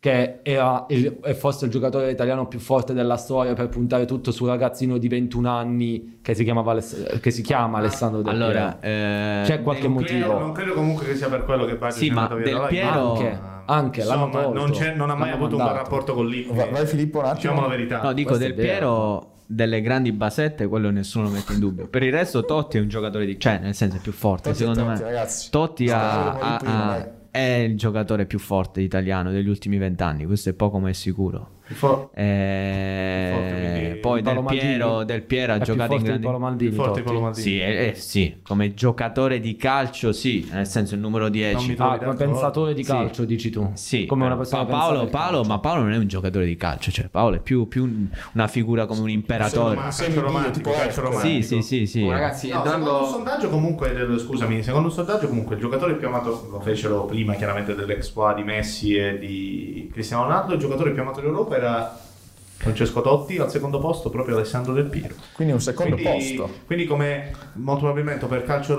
Speaker 5: che era il- è forse il giocatore italiano più forte della storia per puntare tutto sul ragazzino di 21 anni che si, chiamava Aless- che si chiama Alessandro Del Piero.
Speaker 2: Ah, Allora, eh,
Speaker 5: C'è qualche
Speaker 2: nel-
Speaker 4: Non credo,
Speaker 5: motivo.
Speaker 4: non credo comunque che sia per quello che Baggio
Speaker 2: Sì,
Speaker 4: sia
Speaker 2: ma
Speaker 4: andato via
Speaker 2: Del
Speaker 4: dalla Juve.
Speaker 2: Piero-
Speaker 5: Anche, anche, l'hanno
Speaker 4: Insomma,
Speaker 5: tolto.
Speaker 4: non, c'è- non ha mai
Speaker 5: L'hanno
Speaker 4: avuto un
Speaker 5: mandato.
Speaker 4: bel rapporto con Lippi.
Speaker 1: Va- vai Filippo un attimo.
Speaker 4: Diciamo la verità.
Speaker 2: No, dico
Speaker 5: Questo
Speaker 2: Del
Speaker 5: è vero.
Speaker 2: Piero delle grandi basette, quello nessuno lo mette in dubbio. Per il resto Totti è un giocatore di... cioè nel senso è più forte,
Speaker 1: Totti è
Speaker 2: secondo
Speaker 1: Totti,
Speaker 2: me.
Speaker 1: ragazzi.
Speaker 2: Totti ha-
Speaker 1: Sì, quello
Speaker 2: ha-
Speaker 1: prima,
Speaker 2: ha-
Speaker 1: dai.
Speaker 2: è il giocatore più forte italiano degli ultimi vent'anni, questo è poco ma è sicuro.
Speaker 4: Il for-
Speaker 2: Eh,
Speaker 4: Più forte, quindi,
Speaker 2: poi
Speaker 5: Paolo
Speaker 2: del
Speaker 5: Maldini?
Speaker 2: Piero, del Piero
Speaker 5: È
Speaker 2: ha
Speaker 5: più
Speaker 2: giocato in
Speaker 5: forte di
Speaker 2: grandi...
Speaker 5: Paolo Maldini.
Speaker 4: Forte
Speaker 5: Totti.
Speaker 4: Paolo Maldini.
Speaker 2: Sì, eh, eh, sì, come giocatore di calcio, sì, nel senso il numero 10.
Speaker 4: mi
Speaker 5: Ah, come pensatore di
Speaker 2: Sì.
Speaker 5: calcio, dici tu.
Speaker 2: Sì,
Speaker 5: come una
Speaker 2: però
Speaker 5: persona
Speaker 2: Pa- Paolo,
Speaker 5: pensata al
Speaker 2: Paolo-
Speaker 5: calcio.
Speaker 2: ma Paolo non è un giocatore di calcio, cioè Paolo è più, più un- una figura come un imperatore.
Speaker 4: Ma
Speaker 1: Sei
Speaker 4: sempre
Speaker 1: un
Speaker 4: romantico,
Speaker 1: dio, tipo
Speaker 4: calcio
Speaker 1: Esper.
Speaker 2: Sì, sì,
Speaker 4: romantico.
Speaker 2: sì, sì.
Speaker 3: Oh, ragazzi,
Speaker 4: No, secondo
Speaker 3: dando-
Speaker 4: un sondaggio comunque, eh, del- scusami, secondo un sondaggio comunque il giocatore più amato, lo fecero prima chiaramente dell'ex squad di Messi e di Cristiano Ronaldo, il giocatore più amato d'Europa era Francesco Totti, al secondo posto proprio Alessandro Del Piero.
Speaker 1: Quindi un secondo
Speaker 4: Quindi,
Speaker 1: posto.
Speaker 4: quindi come molto probabilmente per calcio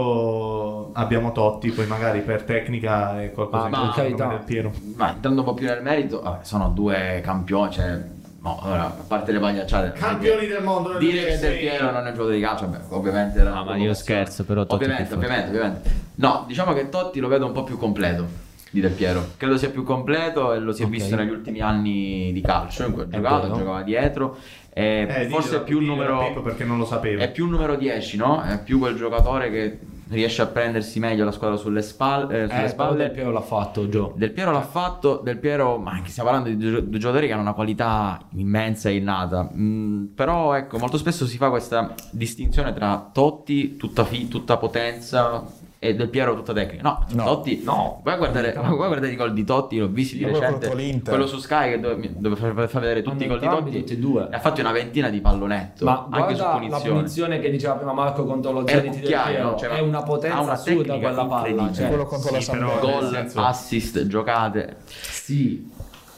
Speaker 4: romantico abbiamo Totti, poi magari per tecnica è qualcosa
Speaker 3: Ah,
Speaker 5: Ma-
Speaker 4: di
Speaker 5: ma
Speaker 4: più,
Speaker 5: per carità.
Speaker 4: come Del Piero.
Speaker 3: Ma entrando un po' più nel merito, vabbè, sono due campioni, cioè, no, allora, a parte le pagliacciate.
Speaker 4: Campioni del mondo, del
Speaker 3: Dire che Del
Speaker 4: 2006.
Speaker 3: Piero non è un giocatore di calcio, beh, ovviamente era
Speaker 2: No,
Speaker 3: una
Speaker 2: Ah, ma io
Speaker 3: provocazione.
Speaker 2: scherzo, però Totti è
Speaker 3: Ovviamente,
Speaker 2: più forte.
Speaker 3: ovviamente, ovviamente. No, diciamo che Totti lo vedo un po' più completo di Del Piero. Credo sia più completo e lo si è
Speaker 5: Ok.
Speaker 3: visto negli ultimi anni di calcio, in cui ha
Speaker 5: È
Speaker 3: giocato,
Speaker 5: vero.
Speaker 3: giocava dietro. e
Speaker 4: Eh,
Speaker 3: forse
Speaker 4: dillo-
Speaker 3: è più un
Speaker 4: dillo a Pippo
Speaker 3: numero Eh,
Speaker 4: perché non lo sapevo.
Speaker 3: è più un numero 10, no? È più quel giocatore che riesce a prendersi meglio la squadra sulle, spal- eh, sulle
Speaker 5: Eh, Paolo
Speaker 3: spalle.
Speaker 5: Del Piero l'ha fatto, Gio.
Speaker 3: Del Piero l'ha fatto, Del Piero, ma anche stiamo parlando di gio- due giocatori che hanno una qualità immensa e innata. Mm, però ecco, molto spesso si fa questa distinzione tra Totti, tutta, fi- tutta potenza, e Del Piero, tutta tecnica. No,
Speaker 1: No.
Speaker 3: Totti, no. Vai a guardare, vai a guardare i gol di Totti, l'ho visti di
Speaker 1: Ma quello
Speaker 3: recente.
Speaker 1: contro l'Inter.
Speaker 3: Quello su Sky, che dove, mi- dove fa, fa vedere tutti i
Speaker 5: Hanno
Speaker 3: gol di
Speaker 5: entrambi,
Speaker 3: Totti.
Speaker 5: tutti e due.
Speaker 3: Ne Ha fatto una ventina di pallonetto,
Speaker 5: Ma
Speaker 3: anche su
Speaker 5: guarda la
Speaker 3: punizione.
Speaker 5: punizione che diceva prima Marco contro lo
Speaker 3: È un
Speaker 5: Zenit del
Speaker 3: cucchiaio,
Speaker 5: Piero.
Speaker 3: cioè, ma
Speaker 5: è una
Speaker 3: ha
Speaker 5: potenza
Speaker 3: una
Speaker 5: assurda
Speaker 3: tecnica
Speaker 5: quella palla.
Speaker 3: incredibile.
Speaker 5: cioè,
Speaker 1: Quello contro
Speaker 4: sì,
Speaker 1: la
Speaker 4: però-
Speaker 1: Sampdoria.
Speaker 3: Gol,
Speaker 4: senso-
Speaker 3: assist, giocate.
Speaker 5: sì.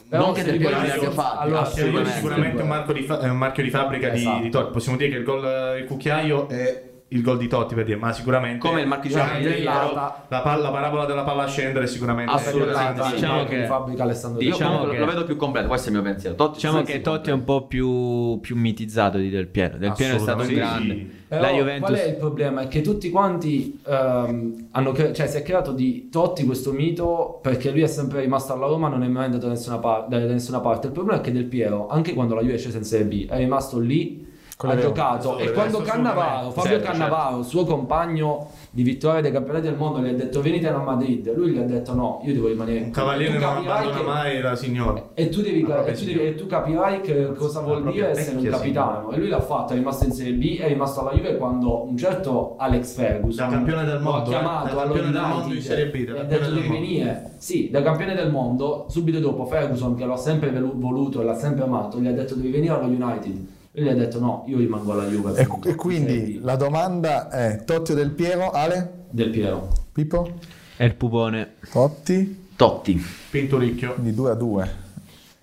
Speaker 3: Non che
Speaker 5: se
Speaker 3: Del
Speaker 5: li
Speaker 3: Piero
Speaker 5: voglio-
Speaker 3: ne abbia fatti,
Speaker 5: allora,
Speaker 4: Sì, quello è
Speaker 3: assolutamente.
Speaker 4: sicuramente un, marco di fa- è un marchio di fabbrica di-
Speaker 5: Esatto.
Speaker 4: di, Totti. Possiamo dire che il gol, il cucchiaio è il gol di Totti per dire, ma sicuramente
Speaker 3: Come il marchio di
Speaker 4: Cioè,
Speaker 3: fabbrica di
Speaker 4: il-
Speaker 5: Piero.
Speaker 4: la, palla, la parabola della palla a scendere è sicuramente
Speaker 3: Assolutamente
Speaker 4: è-
Speaker 3: sì.
Speaker 2: Diciamo che-
Speaker 5: che fabbrica Alessandro Del
Speaker 3: Io
Speaker 2: Diciamo
Speaker 3: comunque
Speaker 2: che-
Speaker 3: lo vedo più completo, questo è il mio pensiero. Totti-
Speaker 2: Diciamo
Speaker 3: sì,
Speaker 2: che
Speaker 3: sì,
Speaker 2: Totti è un po' più, più mitizzato di Del Piero. Del Piero è stato un
Speaker 4: Assolutamente
Speaker 2: grande.
Speaker 4: sì.
Speaker 5: Però
Speaker 2: La
Speaker 5: Qual è
Speaker 2: Juventus
Speaker 5: il problema? È che tutti quanti ehm, hanno cre- cioè si è creato di Totti questo mito perché lui è sempre rimasto alla Roma, non è mai andato da nessuna, par- da nessuna parte. Il problema è che Del Piero, anche quando la Juve è scesa in Serie B, è rimasto lì,
Speaker 1: Con
Speaker 5: ha
Speaker 1: la Roma.
Speaker 5: giocato e
Speaker 4: Questo
Speaker 5: quando
Speaker 4: assolutamente.
Speaker 5: Cannavaro, Fabio
Speaker 3: Certo,
Speaker 5: Cannavaro, suo compagno di vittoria dei campionati del mondo, gli ha detto venite a Madrid, lui gli ha detto no, io devo rimanere
Speaker 4: Un
Speaker 5: qui".
Speaker 4: cavaliere
Speaker 5: Tu
Speaker 4: non
Speaker 5: capirai
Speaker 4: abbandona
Speaker 5: che-
Speaker 4: mai la signora.
Speaker 5: e tu, devi,
Speaker 4: Ma proprio
Speaker 5: e tu
Speaker 4: sì.
Speaker 5: devi- e tu capirai che cosa vuol
Speaker 4: Ma proprio
Speaker 5: dire essere un
Speaker 4: vecchia
Speaker 5: capitano. E lui l'ha fatto, è rimasto in Serie B, è rimasto alla Juve quando un certo Alex
Speaker 4: Da
Speaker 5: Ferguson
Speaker 4: campione del
Speaker 5: lo ha
Speaker 4: mondo, eh.
Speaker 5: chiamato
Speaker 4: Da
Speaker 5: allo
Speaker 4: campione del
Speaker 5: United
Speaker 4: mondo in Serie B, da
Speaker 5: e ha
Speaker 4: campione
Speaker 5: detto
Speaker 4: del
Speaker 5: di
Speaker 4: mondo."
Speaker 5: venire. eh. Sì, da campione del mondo, subito dopo Ferguson che lo ha sempre velu- voluto e l'ha sempre amato, gli ha detto devi venire allo United. E gli ha detto no, io rimango alla Juve.
Speaker 1: E,
Speaker 5: appunto,
Speaker 1: e quindi
Speaker 5: Serie B.
Speaker 1: la domanda è Totti o Del Piero? Ale?
Speaker 5: Del Piero.
Speaker 1: Pippo?
Speaker 2: è il pupone.
Speaker 1: Totti?
Speaker 3: Totti.
Speaker 4: Pinturicchio.
Speaker 1: Quindi 2 a 2.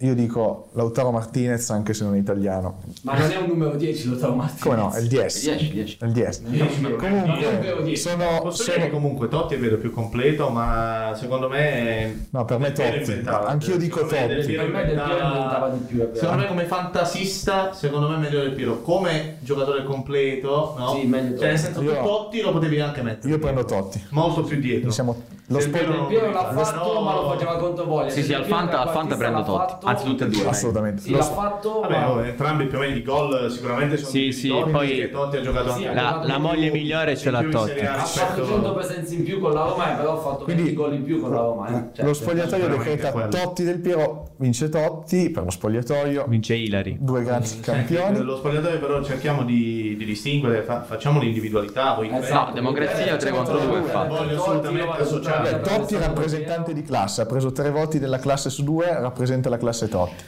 Speaker 1: Io dico Lautaro Martinez anche se non è italiano.
Speaker 5: Ma non è un numero 10 lo trovo Martinez.
Speaker 1: Come no? È il 10.
Speaker 3: 10, 10.
Speaker 1: È il 10.
Speaker 5: Non è un numero
Speaker 1: Comunque
Speaker 5: 10.
Speaker 1: sono...
Speaker 4: Posso dire che
Speaker 1: sono
Speaker 4: comunque Totti è vero più completo, ma secondo me...
Speaker 1: No, per me
Speaker 4: Del Piero
Speaker 1: Totti.
Speaker 4: inventava.
Speaker 1: Anch'io dico
Speaker 4: Secondo me Del
Speaker 1: Totti.
Speaker 4: Piero
Speaker 5: Per me Del Piero inventava di più, è vero.
Speaker 4: Secondo me come fantasista, secondo me è meglio Del Piero. Come giocatore completo, no?
Speaker 5: Sì, meglio
Speaker 4: Cioè, nel
Speaker 5: Totti.
Speaker 4: senso,
Speaker 1: Io-
Speaker 4: tu Totti lo potevi anche mettere.
Speaker 1: Io prendo Totti.
Speaker 4: Molto più dietro.
Speaker 1: Siamo- lo
Speaker 4: Del
Speaker 1: sport-
Speaker 4: Piero
Speaker 5: Del
Speaker 4: non
Speaker 5: Piero
Speaker 4: lo
Speaker 5: l'ha
Speaker 4: potevi
Speaker 5: fatto,
Speaker 4: fare.
Speaker 5: ma lo faceva contro voglia.
Speaker 3: Sì, sì, al Fanta- al Fanta prendo Totti. Anzi, tutte e due.
Speaker 1: Assolutamente.
Speaker 5: Sì,
Speaker 1: Lo
Speaker 5: l'ha
Speaker 1: so.
Speaker 5: fatto.
Speaker 4: Vabbè,
Speaker 5: ma-
Speaker 4: oh, entrambi più o meno i gol sicuramente sono
Speaker 3: Sì,
Speaker 4: di
Speaker 3: sì,
Speaker 4: Totti,
Speaker 3: poi-
Speaker 4: perché Totti ha giocato anche
Speaker 5: Sì,
Speaker 4: a
Speaker 5: la-
Speaker 4: giocato
Speaker 5: la
Speaker 4: più-
Speaker 3: moglie migliore ce
Speaker 4: in
Speaker 3: l'ha
Speaker 4: più in
Speaker 3: Totti.
Speaker 4: Serie A
Speaker 5: ha fatto
Speaker 4: rispetto-
Speaker 5: 100 presenze in più con la Roma e però ha fatto 20 gol in più con la Roma. eh. Cioè,
Speaker 1: lo spogliatoio
Speaker 4: veramente
Speaker 1: decreta
Speaker 4: quello.
Speaker 1: Totti del Piero, vince Totti per lo spogliatoio,
Speaker 2: Vince Ilari.
Speaker 1: due grandi
Speaker 4: Eh,
Speaker 1: campioni.
Speaker 4: Lo spogliatoio però cerchiamo di, di distinguere, fa- facciamo l'individualità, poi
Speaker 5: Esatto.
Speaker 3: No, democrazia 3 contro 2, infatti.
Speaker 4: Voglio assolutamente
Speaker 5: Totti,
Speaker 4: associare.
Speaker 5: eh.
Speaker 1: Vabbè, Totti rappresentante di classe, ha preso tre voti della classe su due, rappresenta la classe Totti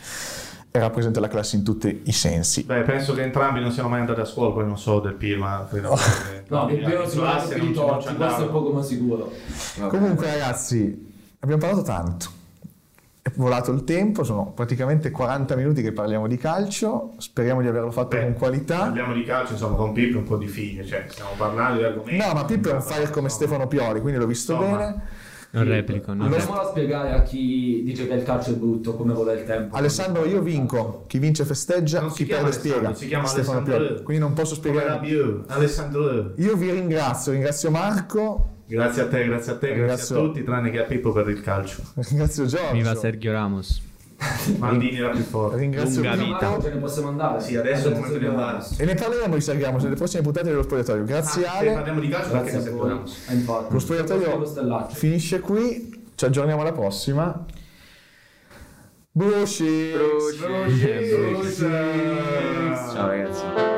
Speaker 1: e rappresenta la classe in tutti i sensi.
Speaker 4: Beh, penso che entrambi non siano mai andati a scuola, poi non so del PIL, ma credo che-
Speaker 5: No, il vero
Speaker 4: in
Speaker 5: sicuramente
Speaker 4: classe
Speaker 5: più
Speaker 4: non ci- non ci
Speaker 5: di Totti, questo è
Speaker 4: andavano.
Speaker 5: poco ma sicuro.
Speaker 1: Comunque ragazzi, abbiamo parlato tanto, è volato il tempo, sono praticamente 40 minuti che parliamo di calcio, speriamo di averlo fatto
Speaker 4: Beh,
Speaker 1: con qualità.
Speaker 4: Parliamo di calcio, insomma, con Pippo è un po' di figlia, cioè stiamo parlando di argomenti.
Speaker 1: No, ma Pippo è un fire come Stefano Pioli, quindi l'ho visto
Speaker 4: Insomma.
Speaker 1: bene.
Speaker 2: Non replico, non replico.
Speaker 5: Andiamo a spiegare a chi dice che il calcio è brutto, come vuole il tempo.
Speaker 1: Alessandro, io vinco. Chi vince festeggia,
Speaker 4: Non si
Speaker 1: chi
Speaker 4: chiama
Speaker 1: perde
Speaker 4: Alessandro,
Speaker 1: spiega.
Speaker 4: si chiama
Speaker 1: Stefano
Speaker 4: Alessandro.
Speaker 1: Pioli. Quindi non posso
Speaker 4: Come
Speaker 1: spiegare.
Speaker 4: Rabiot, Alessandro.
Speaker 1: Io vi ringrazio, ringrazio Marco,
Speaker 4: Grazie a te, grazie a te, grazie a
Speaker 1: Ringrazio-
Speaker 4: tutti, tranne che a Pippo per il calcio.
Speaker 1: ringrazio Giorgio.
Speaker 2: Viva Sergio Ramos.
Speaker 4: Mandini era più forte.
Speaker 1: Ringrazio
Speaker 2: Lunga
Speaker 1: Pippo.
Speaker 5: Marco, ce ne possiamo andare.
Speaker 4: Sì, adesso è il momento di
Speaker 5: dobbiamo-
Speaker 4: andare.
Speaker 1: E ne parleremo di Sargamo nelle prossime puntate dello spogliatoio. Grazie
Speaker 4: Ah, se
Speaker 1: Ale.
Speaker 4: parliamo di calcio, perché
Speaker 5: Grazie
Speaker 4: ne
Speaker 5: a voi.
Speaker 4: sentiamo?
Speaker 5: Eh, infatti.
Speaker 1: Lo
Speaker 5: Lo
Speaker 1: spogliatoio
Speaker 5: Stellaccio.
Speaker 1: finisce qui. Ci aggiorniamo alla prossima. Bruci.
Speaker 3: Bruci. Ciao ragazzi.